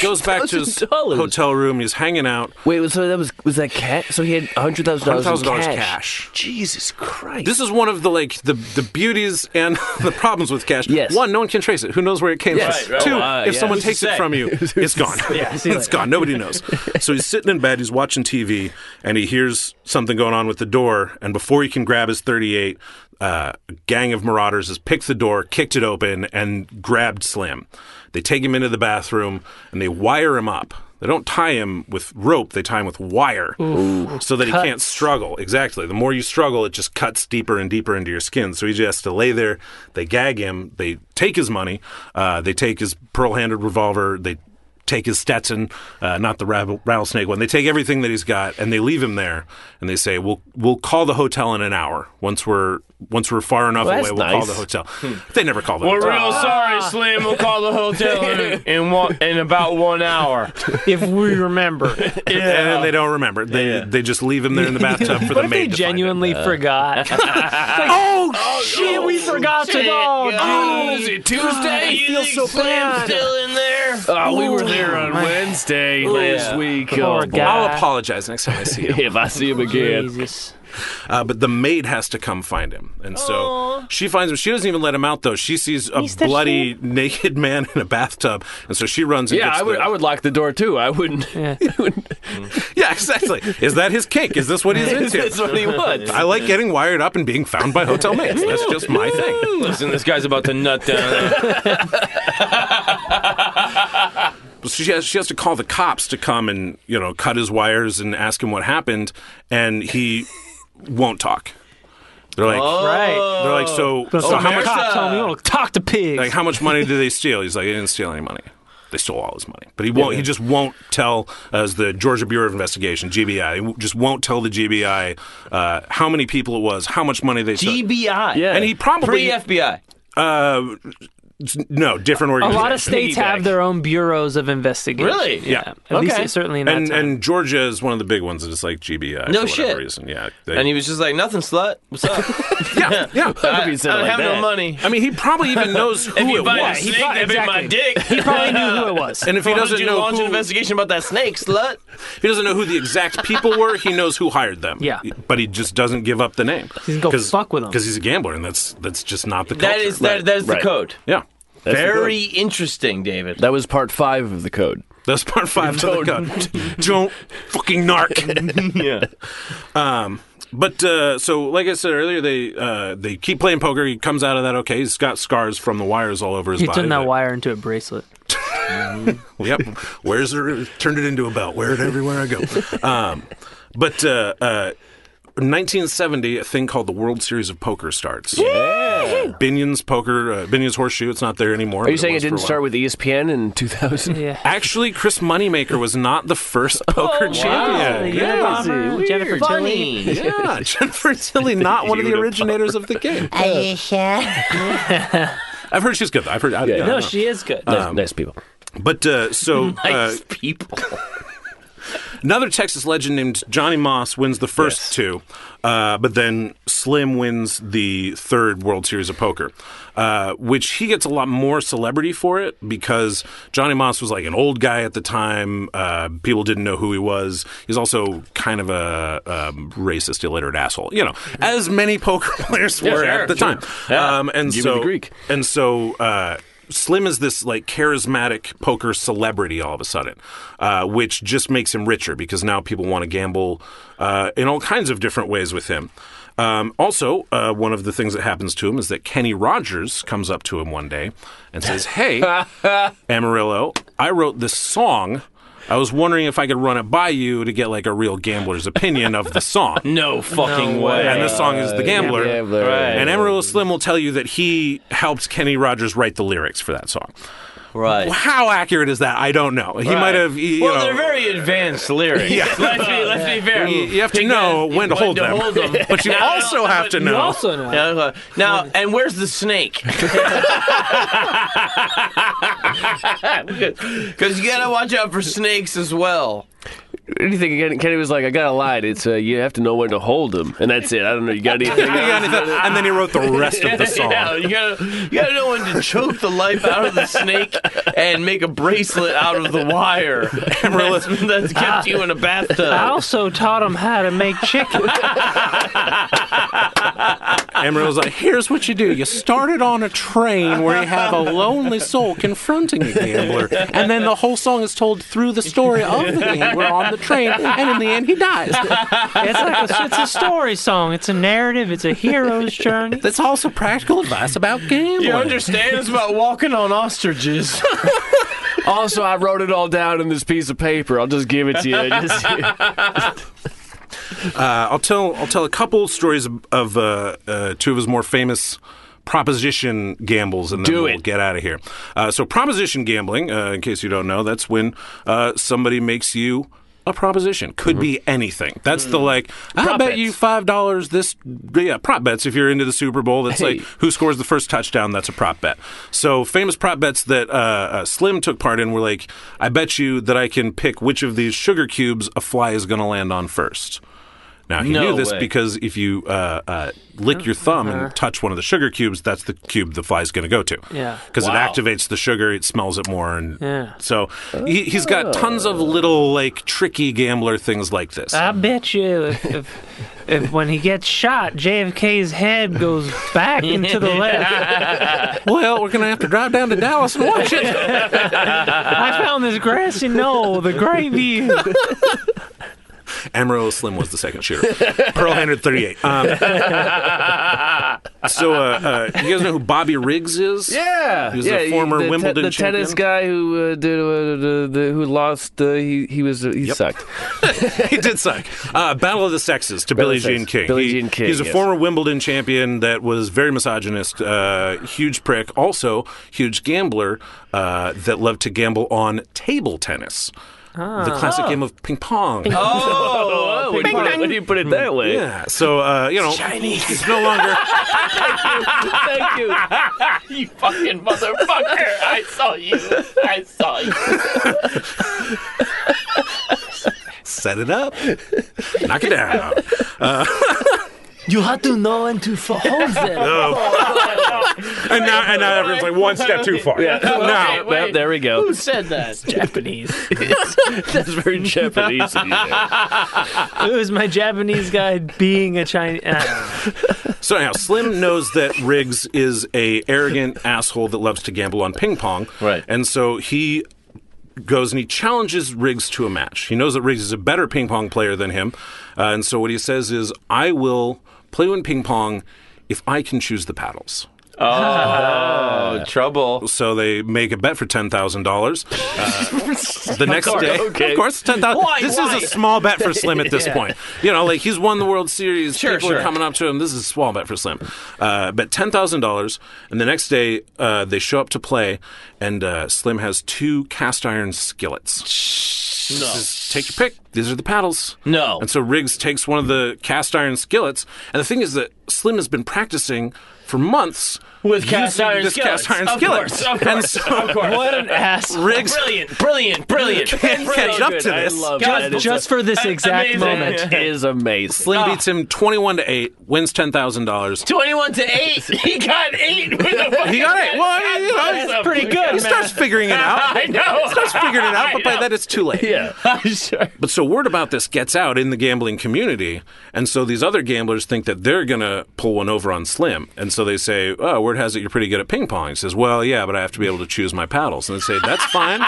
Goes back to his
$100,000.
hotel room. He's hanging out.
Wait, so that was was that cat? So he had hundred thousand
Hundred
dollars
thousand dollars
cash.
cash.
Jesus Christ!
This is one of the like the the beauties and the problems with cash.
Yes.
One, no one can trace it. Who knows where it came
Yes.
from?
Right, right.
Two,
Uh,
if
yeah.
someone
Who's
takes
to
it
say?
from you, it's gone.
see you
it's
later.
gone. Nobody knows. So he's sitting in bed. He's watching TV, and he hears something going on with the door. And before he can grab his thirty-eight, uh, a gang of marauders has picked the door, kicked it open, and grabbed Slim. They take him into the bathroom and they wire him up. They don't tie him with rope; they tie him with wire, so that he can't struggle. Exactly. The more you struggle, it just cuts deeper and deeper into your skin. So he just has to lay there. They gag him. They take his money. Uh, they take his pearl-handled revolver. They take his Stetson, uh, not the rattle- rattlesnake one. They take everything that he's got and they leave him there. And they say, "We'll we'll call the hotel in an hour once we're once we're far enough
Well,
away.
that's
We'll call
nice.
the hotel." They never call the
We're
hotel.
real sorry, Slim. We'll call the hotel in, in, one, in about one hour.
If we remember.
And then they don't remember. They they just leave him there in the bathtub
what
for the
if
maid.
they
to find him.
genuinely forgot?
Oh,
Shit, we forgot to go.
Oh,
dude.
Tuesday? You
feel
think
so
Slim's
bad.
still in there?
oh, we were
Ooh,
there on Wednesday last week.
Oh, Poor
Oh, boy.
guy.
I'll apologize next time I see him.
If I see him again,
Jesus.
Uh, but the maid has to come find him, and so she finds him. She doesn't even let him out though. She sees a bloody naked man in a bathtub, and so she runs. And
yeah,
gets
I would.
the-
I would lock the door too. I wouldn't.
Yeah.
Yeah, exactly. Is that his cake? Is this what he's into?
That's what he wants.
I like getting wired up and being found by hotel maids. That's just my
Mm.
thing.
Listen, this guy's about to nut down.
So she has she has to call the cops to come and you know cut his wires and ask him what happened, and he won't talk. They're like,
Right.
they're like, so,
Oh,
But
so
some
how much
cop told me, "You don't Oh, talk to pigs.
Oh, like how much money did they steal? He's like, they didn't steal any money. They stole all his money, but he won't. He just won't tell as the Georgia Bureau of Investigation (GBI). He w- just won't tell the GBI uh, how many people it was, how much money they stole.
GBI.
Yeah.
and he probably
Pre FBI.
uh, s- no different
a
organization.
lot of states have their own bureaus of investigation.
Really?
Yeah. At least
Okay.
least certainly in that
and
time.
and Georgia is one of the big ones that is like
No
GBI. for whatever
shit.
Reason, yeah. They-
And he was just like, nothing, slut. What's up?
yeah, yeah.
I,
I, don't have no money.
I mean, he probably even knows who
If you
it
find
was.
a snake, that bit my
exactly.
dick.
he probably knew who it was.
and if he
Why
doesn't
don't you
know
launch
who,
an investigation about that snake, slut?
He doesn't know who the exact people were. He knows who hired them.
Yeah.
but he just doesn't give up the name.
He's gonna go fuck with 'em.
because he's a gambler, and that's that's just not the culture.
That is that, that is
Right.
the code.
yeah.
Very interesting, David.
That was part five of the code.
That's part five. Don't,
Don't-
don't fucking narc.
yeah.
um, but uh, so, like I said earlier, they uh, they keep playing poker. He comes out of that okay. He's got scars from the wires all over his
he
body.
turned that
but-
wire into a bracelet.
Yep. Where's it? Turned it into a belt. Wear it everywhere I go. Um, but uh, uh, 1970, a thing called the World Series of Poker starts. Yeah. Binion's Poker, uh, Binion's Horseshoe. It's not there anymore.
Are you saying it didn't start with E ESPN in 2000?
Yeah.
Actually, Chris Moneymaker was not the first
Oh,
poker champion.
Yeah,
Yeah.
Bomber, Jennifer Tilly.
Funny.
Yeah, Jennifer Tilly, not one of the originators of the game.
Are you sure?
I've heard she's good. I've heard. I, yeah, I
No,
don't know.
she is good.
Nice, nice people.
But uh, so uh,
Nice people.
Another Texas legend named Johnny Moss wins the first two, uh, but then Slim wins the third World Series of Poker, uh, which he gets a lot more celebrity for it because Johnny Moss was like an old guy at the time. Uh, people didn't know who he was. He's also kind of a um, racist, illiterate asshole, you know, as many poker players were at the time. Um, and
Give me
so,
the Greek.
and so uh, Slim is this like charismatic poker celebrity all of a sudden, uh, which just makes him richer because now people want to gamble uh, in all kinds of different ways with him. Um, also, uh, one of the things that happens to him is that Kenny Rogers comes up to him one day and says, "Hey, Amarillo, I wrote this song." I was wondering if I could run it by you to get like a real gambler's opinion of the song.
No fucking way.
And this song is The Gambler.
Gambler. Right.
And Amarillo Slim will tell you that he helped Kenny Rogers write the lyrics for that song.
Right.
How accurate is that? I don't know. He might have. You
well,
know,
they're very advanced lyrics.
Yeah.
Let's be, let's be fair.
you, you have to know when to hold them. but you
Now-
also have to
but
know.
You also know.
Now, now, and where's the snake? Because you gotta watch out for snakes as well.
Anything again? Kenny was like, "I gotta lie. It's uh, you have to know when to hold him, and that's it. I don't know. You got anything?"
Yeah,
else?
and then- and then he wrote the rest of the song.
Yeah, you gotta, you gotta know when to choke the life out of the snake and make a bracelet out of the wire. That's, that's kept you in a
I
bathtub.
also taught him how to make chicken.
Amarillo's like, here's what you do. You start it on a train where you have a lonely soul confronting a gambler, and then the whole song is told through the story of the gambler on the train, and in the end, he dies.
it's like a, it's a story song. It's a narrative. It's a hero's journey.
That's also practical advice about gambling.
You understand? It's about walking on ostriches.
Also, I wrote it all down in this piece of paper. I'll just give it to you. Just-
Uh, I'll tell I'll tell a couple stories of, of uh, uh, two of his more famous proposition gambles, and then
Do
we'll
it.
get out of here. Uh, so proposition gambling, uh, in case you don't know, that's when uh, somebody makes you. A proposition could be anything. That's the like. I
Mm-hmm. Prop
bet
bets.
you five dollars. This yeah, prop bets. If you're into the Super Bowl, that's
Hey.
like who scores the first touchdown. That's a prop bet. So famous prop bets that uh, uh, Slim took part in were like, I bet you that I can pick which of these sugar cubes a fly is going to land on first Now he
No
knew this
way.
because if you uh, uh, lick your thumb and touch one of the sugar cubes, that's the cube the fly's going to go to.
Yeah.
because it activates the sugar, it smells it more, and
Yeah.
so he, he's got tons of little like tricky gambler things like this.
I bet you if, if, if when he gets shot, JFK's head goes back into the lake.
well, we're going to have to drive down to Dallas and watch it.
I found this grassy knoll, the great view.
Amarillo Slim was the second shooter. Pearl Handed 38. Um, so uh, uh, you guys know who Bobby Riggs is?
Yeah,
He was
yeah,
a former
the te-
Wimbledon
the tennis
champion.
guy who uh, did uh, the, the, who lost. Uh, he he was uh, he sucked.
he did suck. Uh, Battle of the Sexes to
Battle
Billie
of the
Jean
Sexes.
King.
Billie
He-
Jean King,
He's a
yes.
former Wimbledon champion that was very misogynist, uh, huge prick, also huge gambler uh, that loved to gamble on table tennis. The
Ah.
classic game of ping pong.
Oh, when, you put it, when you put it that way,
Yeah, so uh, you know, he's no longer.
thank you.
you fucking motherfucker! I saw you. I saw you.
Set it up, knock it down.
Uh, You have to know when to hold them.
And now, and now everyone's like one step too far. Now,
Well, there we go.
Who said that?
Japanese.
That's very Japanese. of you.
It was my Japanese guy being a uh, Chinese.
So now Slim knows that Riggs is a arrogant asshole that loves to gamble on ping pong.
Right.
And so he goes and he challenges Riggs to a match. He knows that Riggs is a better ping pong player than him. Uh, and so what he says is, I will play in ping pong if I can choose the paddles.
Oh, trouble.
So they make a bet for ten thousand dollars. Uh, The next day,
okay.
of course, ten thousand.
Why,
This
why?
is a small bet for Slim at this point. You know, like he's won the World Series.
Sure,
People are
sure.
coming up to him. This is a small bet for Slim. Uh, bet ten thousand dollars, and the next day uh, they show up to play, and uh, Slim has two cast iron skillets. No. Take your pick. These are the paddles.
No.
And so Riggs takes one of the cast iron skillets, and the thing is that Slim has been practicing for months
With cast
using
iron
this
skillets.
cast iron
Of
skillet.
course, of
And
course,
so
of course.
what an ass.
Riggs
Brilliant, brilliant, brilliant.
can't catch up to
I
this.
love that.
Just, just for this exact
amazing.
moment.
It is amazing.
Ah.
Slim beats him twenty-one to eight, wins ten thousand dollars.
21 to 8. He got 8 with the
He got it. Well, I mean, you know,
That's pretty good,
He
man.
starts figuring it out.
I know.
Starts figuring it out, but by then it's too late.
Yeah.
But so word about this gets out in the gambling community, and so these other gamblers think that they're gonna pull one over on Slim, and so they say, "Oh, word has it you're pretty good at ping pong." He says, "Well, yeah, but I have to be able to choose my paddles." And they say, "That's fine,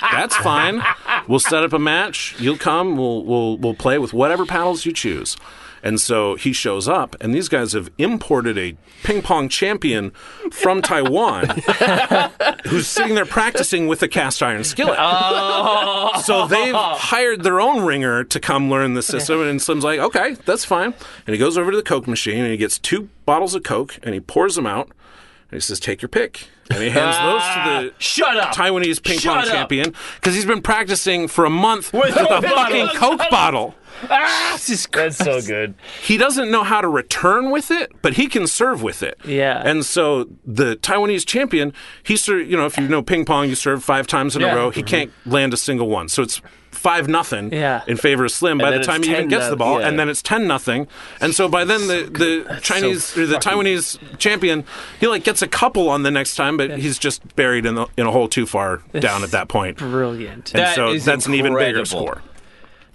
that's fine. We'll set up a match. You'll come. We'll we'll we'll play with whatever paddles you choose." And so he shows up, and these guys have imported a ping pong champion from Taiwan who's sitting there practicing with a cast iron skillet. So they've hired their own ringer to come learn the system. And Slim's like, okay, that's fine. And he goes over to the Coke machine and he gets two bottles of Coke and he pours them out. And he says, take your pick. And he hands
Ah.
those to the
Shut up.
Taiwanese ping
Shut
pong
up.
champion because he's been practicing for a month with, a fucking Coke bottle.
Ah,
That's so good.
He doesn't know how to return with it, but he can serve with it.
Yeah.
And so the Taiwanese champion, he served, you know, if you know ping pong, you serve five times in
Yeah.
a row. He can't land a single one. So it's five nothing
Yeah.
in favor of Slim by
then
the
it's
time he even
10
gets
no-
the ball,
yeah.
and then it's ten nothing. And so by then the, the Chinese or the Taiwanese champion, he like gets a couple on the next time, but he's just buried in the, in a hole too far down at that point. And
Brilliant.
That
so
is
that's an even bigger
incredible.
score.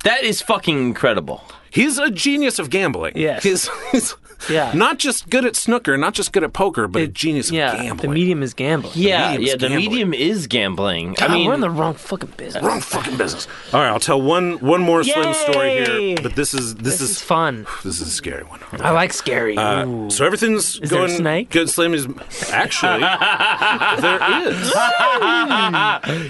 That is fucking incredible.
He's a genius of gambling.
Yes.
He's, he's
Yeah.
not just good at snooker, not just good at poker, but a genius of
yeah,
gambling.
the medium is gambling.
Yeah,
medium's
yeah, the
gambling.
medium is gambling.
God,
I mean,
we're in the wrong fucking business.
Wrong fucking business. All right, I'll tell one one more Slim story
Yay!
here, but this is this,
This is
is
fun.
this is a scary one. Uh,
I like scary. Ooh.
So everything's
there a
going
snake?
good. Slim is actually there is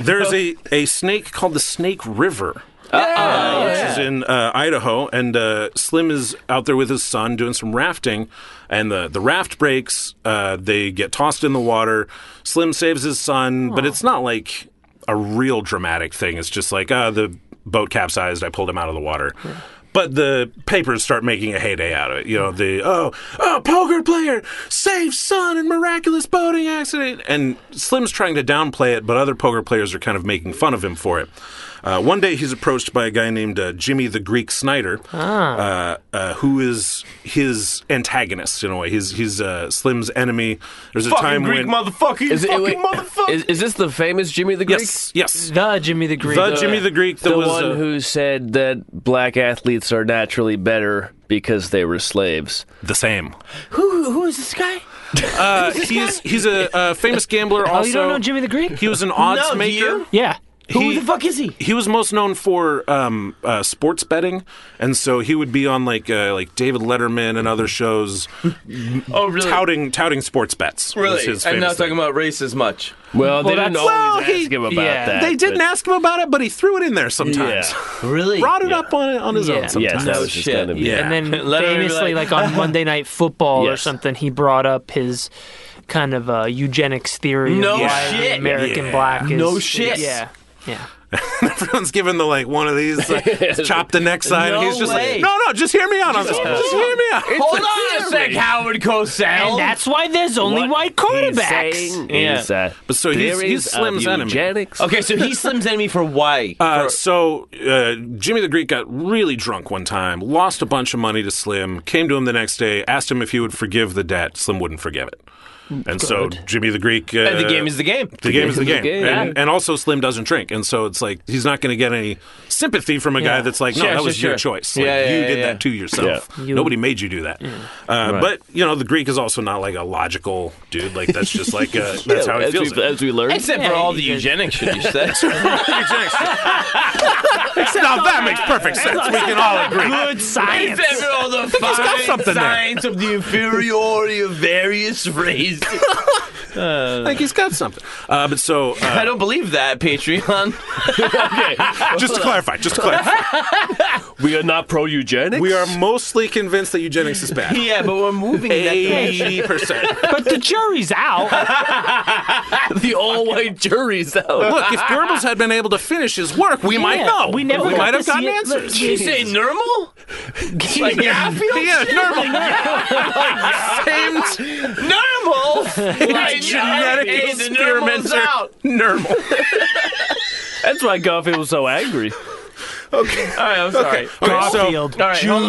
there's a a snake called the Snake River. uh, which is in uh, Idaho, and uh, Slim is out there with his son doing some rafting, and the, the raft breaks. Uh, they get tossed in the water. Slim saves his son, but it's not like a real dramatic thing. It's just like uh, the boat capsized. I pulled him out of the water. But the papers start making a heyday out of it. You know, the oh, oh, poker player saves son in miraculous boating accident. And Slim's trying to downplay it, but other poker players are kind of making fun of him for it. Uh, one day he's approached by a guy named uh, Jimmy the Greek Snyder, uh, uh, who is his antagonist in a way. He's he's uh, Slim's enemy. There's a time when
motherfucker, you
Is, it- wait, is, is this the famous Jimmy the Greek?
yes, yes,
The Jimmy the Greek.
the Jimmy the Greek that
the
was
one
uh,
who said that black athletes are naturally better because they were slaves.
the same.
Who, who is this guy?
Uh, he's he's a, a famous gambler.
oh,
Also,
you don't know Jimmy the Greek?
He was an odds
No, do
maker.
you?
yeah.
who the fuck is he?
he was most known for um, uh, sports betting, and so he would be on like uh, like David Letterman and other shows
Oh, really?
touting touting sports bets. was
really?
his
I'm
famous
not talking
thing.
about race as much.
Well, they didn't
that's-
always
Well, he-
ask him about
yeah.
that.
They didn't ask him about it, but he threw it in there sometimes.
Really?
Brought it up on on his own
Yeah.
Yes,
sometimes.
that
No
was just
shit.
kind of
Yeah.
And then
Let her be
famously,
like-
like, on Monday Night Football or
Yes.
something, he brought up his kind of uh, eugenics theory
No
of why
shit.
the American
Yeah.
black is.
No shit.
Yeah. Yeah.
Everyone's given the like one of these, like, chop the neck side,
No
and he's just
way.
like, no, no, just hear me out on this. Just hear me out.
Hold on a sec, Howard Cosell.
And that's why there's only white quarterbacks.
Yeah.
Is that
But so he's-
theories
he's Slim's
of
enemy.
eugenics.
okay. So he slims enemy for why?
Uh, so uh, Jimmy the Greek got really drunk one time, lost a bunch of money to Slim, came to him the next day, asked him if he would forgive the debt. Slim wouldn't forgive it, and so Jimmy the Greek. Uh,
And the game is the game.
the game is the game,
game.
And, and also Slim doesn't drink, and so it's like he's not going to get any sympathy from a guy
Yeah.
that's like, no,
Sure,
that
sure,
was your
sure.
choice. Like,
Yeah, yeah,
you
yeah,
did
yeah.
that to yourself.
You-
Nobody made you do that. Uh, But you know, the Greek is also not like a logical dude. Like that's just like uh that's how he
as,
feels.
we, as we learned.
Except for
Yeah,
all
you
the
did.
eugenic shit you said.
now that makes perfect sense. We can all agree.
Good science.
Except for all the
got
fine
something there.
signs of the inferiority of various races.
Like he's got something. Uh, but so, uh,
I don't believe that, Patreon.
just to clarify, just to clarify,
we are not pro eugenics.
we are mostly convinced that eugenics is bad.
yeah, but we're moving that
Eighty percent.
But the jury's out.
the all-white juries out.
Look, if Goebbels had been able to finish his work, we might
Yeah,
know.
we never
we
got
might
to
have gotten
see it. Look,
answers.
You say normal? like Garfield?
Yeah, normal. Same
Normal? like,
genetic
hey, the normal's
experimenter.
out.
Normal.
That's why Garfield was so angry.
All right, I'm sorry.
Okay, so,
All right, hold,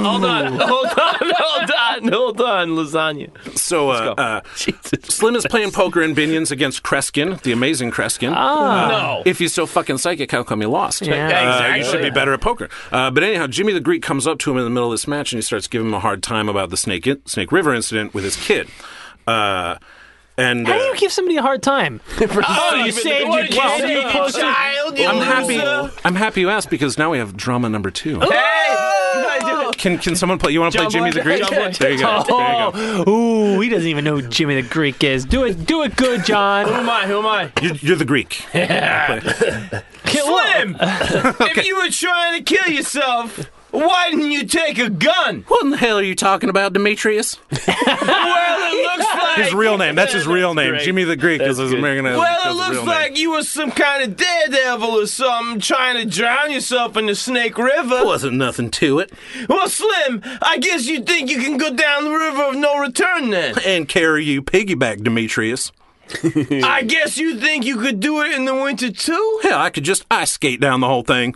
hold on, hold on, hold on, hold on, lasagna.
so uh, uh, Slim is playing poker in Binions against Kreskin, the amazing Kreskin.
no.
If he's so fucking psychic, how come he lost?
Yeah.
Uh,
Exactly.
Ah. you should be better at poker. Uh, but anyhow, Jimmy the Greek comes up to him in the middle of this match and he starts giving him a hard time about the Snake Snake River incident with his kid. Uh, and
How do
uh,
you give somebody a hard time?
Oh,
you saved your
you
kid.
saved your
Closer.
child. You
I'm
loser.
happy. I'm happy you asked because now we have drama number two.
Hey, I did it.
Can can someone play? You want to play Jimmy the Greek?
Jumbo.
There you go. There you go.
Oh, ooh, he doesn't even know who Jimmy the Greek is. Do it, do it good,
Who
John.
am I? Who am I?
You're, you're the Greek.
Slim! If you were trying to kill yourself, why didn't you take a gun?
What in the hell are you talking about, Demetrius?
Well, it looks like.
His real name. That's his real name.
great.
Jimmy the Greek is his
good.
American.
Well, it
his
looks
real name.
like you were some kind of daredevil or something trying to drown yourself in the Snake River.
wasn't nothing to it.
Well, Slim, I guess you think you can go down the river of no return then.
And carry you piggyback, Demetrius.
I guess you think you could do it in the winter too?
Hell, I could just ice skate down the whole thing.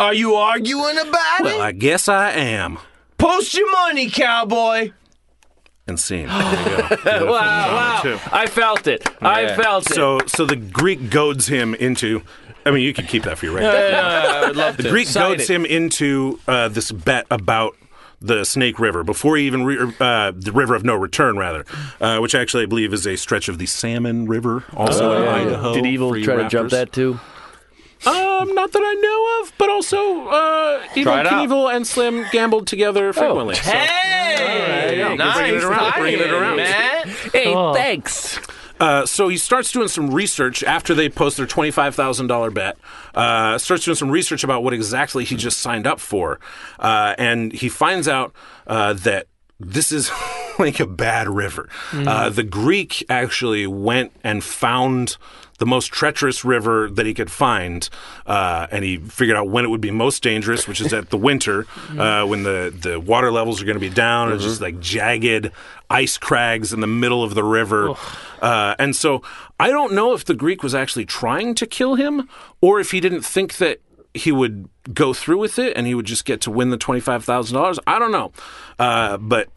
Are you arguing about
Well,
it?
I guess I am.
Post your money, cowboy.
And scene. There you go.
Wow, wow. I felt it. I felt it.
So, so the Greek goads him into. I mean, you can keep that for your record.
I would love
The Greek
Sign
goads
it.
him into uh, this bet about the Snake River before he even re- or, uh, the River of No Return, rather, uh, which actually I believe is a stretch of the Salmon River, also in Idaho.
Oh, Did Evil
for you
try to
rafters.
jump that too?
Um, not that I know of, but also uh, Evil
it out. Oh.
Knievel and Slim gambled together
Oh,
frequently. so-
Hey!
All right, yeah, bringing it around, bringing it
tie-in,
around.
Matt.
Hey, thanks.
Uh, so he starts doing some research after they post their $25,000 bet. Uh, starts doing some research about what exactly he just signed up for. Uh, and he finds out uh, that this is like a bad river. Uh,
Mm.
the Greek actually went and found the most treacherous river that he could find, uh, and he figured out when it would be most dangerous, which is at the winter uh, when the, the water levels are going to be down. It's just like jagged ice crags in the middle of the river, uh, and so I don't know if the Greek was actually trying to kill him or if he didn't think that he would go through with it and he would just get to win the $25,000. I don't know. Uh, but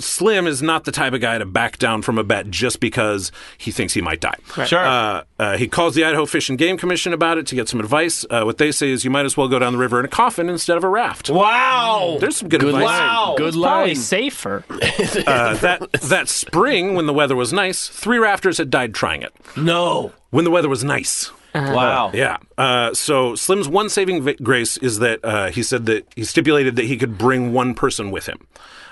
Slim is not the type of guy to back down from a bet just because he thinks he might die.
Sure.
Uh, uh, he calls the Idaho Fish and Game Commission about it to get some advice. Uh, what they say is you might as well go down the river in a coffin instead of a raft.
Wow.
There's some good,
Good
advice.
line. Good
Probably
line.
safer.
Uh, that that spring, when the weather was nice, three rafters had died trying it.
No.
When the weather was nice.
Wow.
Yeah. Uh, so Slim's one saving vi- grace is that uh, he said that he stipulated that he could bring one person with him.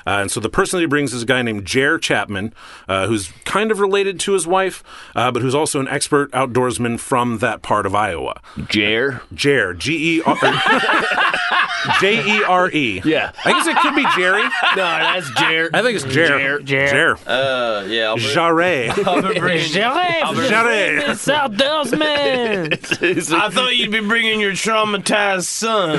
Uh, and so the person that he brings is a guy named Jer Chapman, uh, who's kind of related to his wife, uh, but who's also an expert outdoorsman from that part of Iowa.
Jer.
Jer, G E R J E R E.
Yeah.
I guess it could be Jerry.
No, that's Jer.
I think it's Jer.
Jer.
Jer.
Uh, yeah, I'll bring,
Jarre.
I'll bring-
Jerry.
Jerry, South man.
I thought you'd be bringing your traumatized son.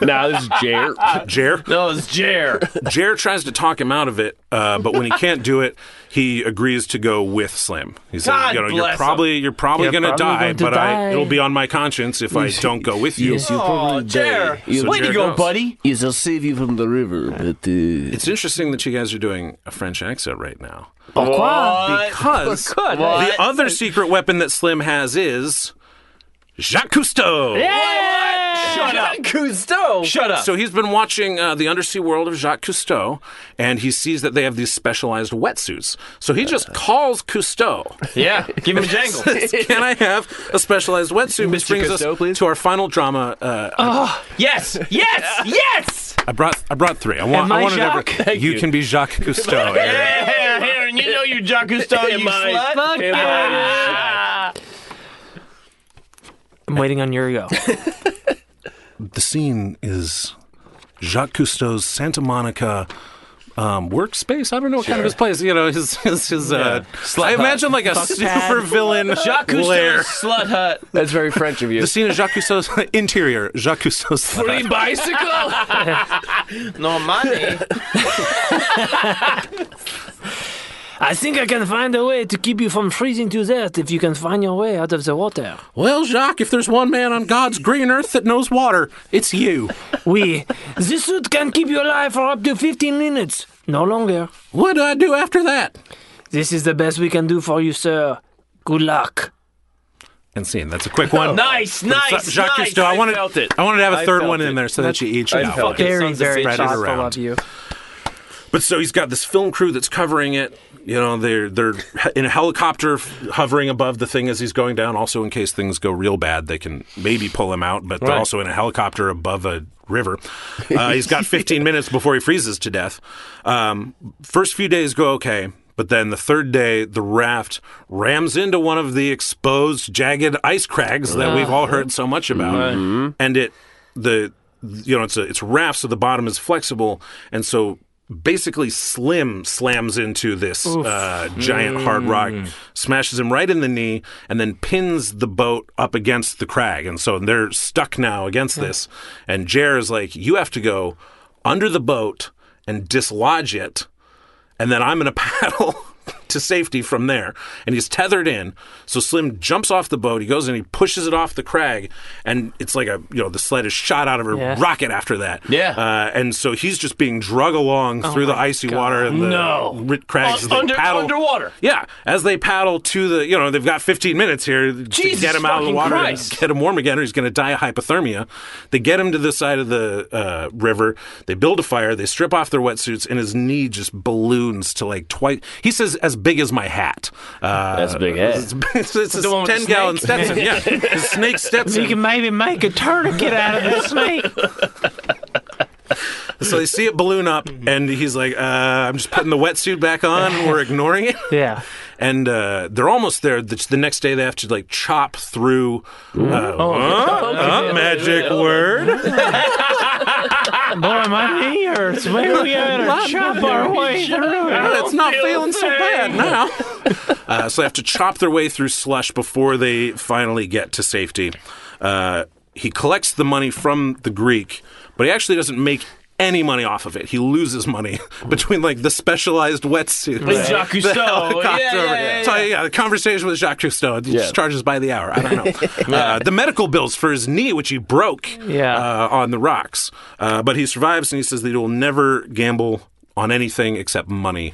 No, this is Jer.
Jer.
No, it's Jer.
Jer tries to talk him out of it, uh, but when he can't do it, he agrees to go with Slim. He says,
God
"You know,
bless
you're
him.
probably you're probably
You're
gonna
probably
die,
going to
but I,
die."
it'll be on my conscience if I don't go with you."
Oh, Jer.
You-
Way to
Jer
go,
goes.
buddy.
Yes, I'll save you from the river, but uh,
It's interesting that you guys are doing a French accent right now because
Good.
the other secret weapon that Slim has is Jacques Cousteau.
Shut up.
Cousteau.
Shut up.
So he's been watching uh, the Undersea World of Jacques Cousteau, and he sees that they have these specialized wetsuits. So he just calls Cousteau.
yeah. Give him a jangle.
Can I have a specialized wetsuit? Which brings us
Cousteau, please?
to our final drama. Uh,
yes. Yes. Yes.
I brought I brought three. I want
Am
I,
I
wanted
Jacques?
every- you, can be Jacques Cousteau. Aaron.
Aaron, Aaron, you know you're Jacques Cousteau, you
I?
slut.
Fuck I'm waiting on your go.
the scene is Jacques Cousteau's Santa Monica. Um, workspace? I don't know what kind of his place. You know, his his his. Uh, I imagine like a super villain.
Jacques
lair.
Cousteau's slut hut.
that's very French of you.
The scene is Jacques Cousteau's interior. Jacques Cousteau's.
Free bicycle.
No money.
I think I can find a way to keep you from freezing to death if you can find your way out of the water.
Well, Jacques, if there's one man on God's green earth that knows water, it's you.
We, this suit can keep you alive for up to 15 minutes. No longer.
What do I do after that?
This is the best we can do for you, sir. Good luck.
And scene. That's a quick one.
Nice, nice,
Jacques
nice.
Cousteau. I wanted,
felt it.
I wanted to have a
I
third
felt
one
it.
in there so that you eat
I
it out.
felt it.
Very,
sons of
very
bitches.
Spread it
thoughtful
around.
of you.
But so he's got this film crew that's covering it. You know, they're they're in a helicopter f- hovering above the thing as he's going down. Also, in case things go real bad, they can maybe pull him out. But they're also in a helicopter above a river. Uh, he's got 15 minutes before he freezes to death. Um, first few days go okay. But then the third day, the raft rams into one of the exposed, jagged ice crags that we've all heard so much about, and it the you know it's a it's raft, so the bottom is flexible, and so basically Slim slams into this uh, giant hard rock, smashes him right in the knee, and then pins the boat up against the crag, and so they're stuck now against this, and Jer is like, you have to go under the boat and dislodge it and then I'm going to paddle to safety from there. And he's tethered in. So Slim jumps off the boat. He goes and he pushes it off the crag, and it's like a you know the sled is shot out of a
Yeah.
rocket after that.
Yeah.
Uh, and so he's just being drug along through the icy water and the
No.
ri- crags. as they
Under-
paddle.
underwater.
Yeah, as they paddle to the you know they've got 15 minutes here to
Jesus
get him out of
fucking
the water, and
Christ.
get him warm again, or he's going to die of hypothermia. They get him to the side of the uh, river. They build a fire. They strip off their wetsuits, and his knee just balloons to like twice. He says, "As big as my hat." Uh,
That's a big hat.
It's, it's, it's a
The one with the
10 gallon
snake?
Stetson. Yeah, the snake Stetson.
You can maybe make a tourniquet out of the snake.
so they see it balloon up, and he's like, uh, "I'm just putting the wetsuit back on. and We're ignoring it."
Yeah.
and uh, they're almost there. The, the next day, they have to like chop through. Uh,
Oh,
uh, uh, magic word.
Boy, my knee hurts. Maybe we ought to chop our way through it.
It's not feeling so bad now. uh, so they have to chop their way through slush before they finally get to safety. Uh, he collects the money from the Greek, but he actually doesn't make any money off of it. He loses money between like the specialized wetsuit.
With Jacques Cousteau. Yeah, yeah, yeah,
So yeah, the conversation with Jacques Cousteau. He just charges by the hour. I don't know. uh, the medical bills for his knee, which he broke
Yeah.
uh, on the rocks. Uh, but he survives and he says that he will never gamble on anything except money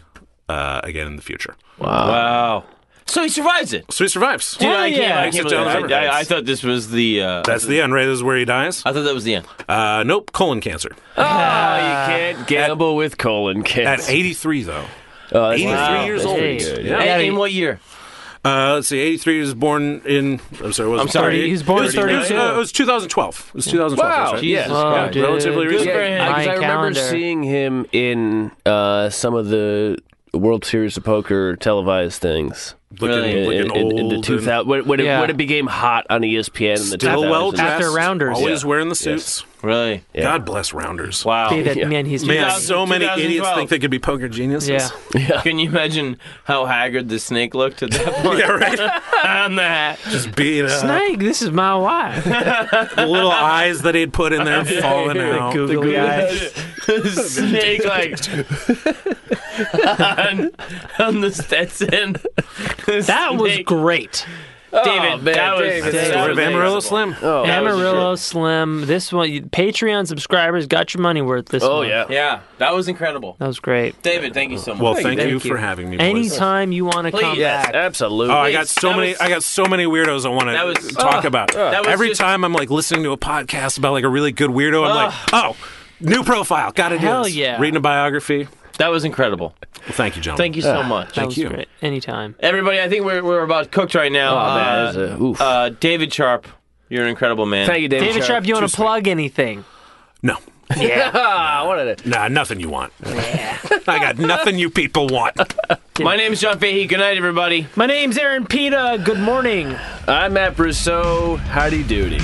uh, again in the future.
Wow. So he survives it.
So he survives.
Dude, I, can't,
yeah.
I, can't
Except
believe
John
it. I, I, I
Everett.
thought this was the. Uh,
That's the end, right? This is where he dies.
I thought that was the end.
Uh, nope, colon cancer.
you can't gamble with colon
At
cancer.
83, though.
Oh, that's
83
wow,
years
that's
old.
pretty good.
Yeah.
And in what year?
Uh, let's see, 83 is born in. I'm sorry, what was
I'm
it,
sorry,
38?
he was born in
It
32.
uh, it was 2012. It was 2012.
Wow.
that's right. Yeah,
Jesus Christ.
Oh, dude.
relatively
Good
recent.
Yeah,
for him.
I,
My
'cause I remember
calendar.
seeing him in uh, some of the World Series of Poker televised things.
Looking,
In,
looking
in- in- in
old.
the
and
2000, when, when, it,
Yeah.
when it became hot on E ESPN in the
still well
2000s.
dressed.
After Rounders.
Always
Yeah.
wearing the suits.
Really?
Yeah.
God bless Rounders.
Wow.
Hey, that man, he's
Man,
2000
so many idiots
2012.
think they could be poker geniuses.
yeah.
Can you imagine how haggard the snake looked at that point?
Yeah, right.
On the hat.
Just beat up.
Snake, this is my wife.
The little eyes that he'd put in there falling out.
Googly eyes.
snake like on, on the Stetson. The
That was
snake. Oh,
great.
David.
man,
that was
David,
that
That's the story
was
of Amarillo
amazing.
Slim.
Oh, that was
Amarillo Slim. This one, you- Patreon subscribers got your money worth this
shit. Oh,
month.
yeah.
Yeah, that was incredible.
That was great.
David, thank you so much.
Well, thank,
thank
you,
you.
for having me. boys.
Anytime you want to come
Please.
back.
Absolutely.
Oh, I got so
that
many.
was-
I got so many weirdos I want
That
to
was-
talk about.
was
Every
just-
time I'm like listening to a podcast about like a really good weirdo, I'm like, oh, new profile, got to do
Hell
this.
yeah.
Reading a biography.
that was incredible.
Well, thank you, gentlemen.
Thank you so much.
That was
you.
great. Anytime.
Everybody, I think we're, we're about cooked right now.
Oh, man,
uh,
that is a- oof.
uh, David Sharp, you're an incredible man.
Thank you, David,
David Sharp, you want to plug anything?
No,
Ah, what a-
nah, nothing you want. I got nothing you people want.
My name is John Fahey. Good night, everybody.
My name's Aaron Pita. Good morning.
I'm Matt Brousseau. Howdy doody.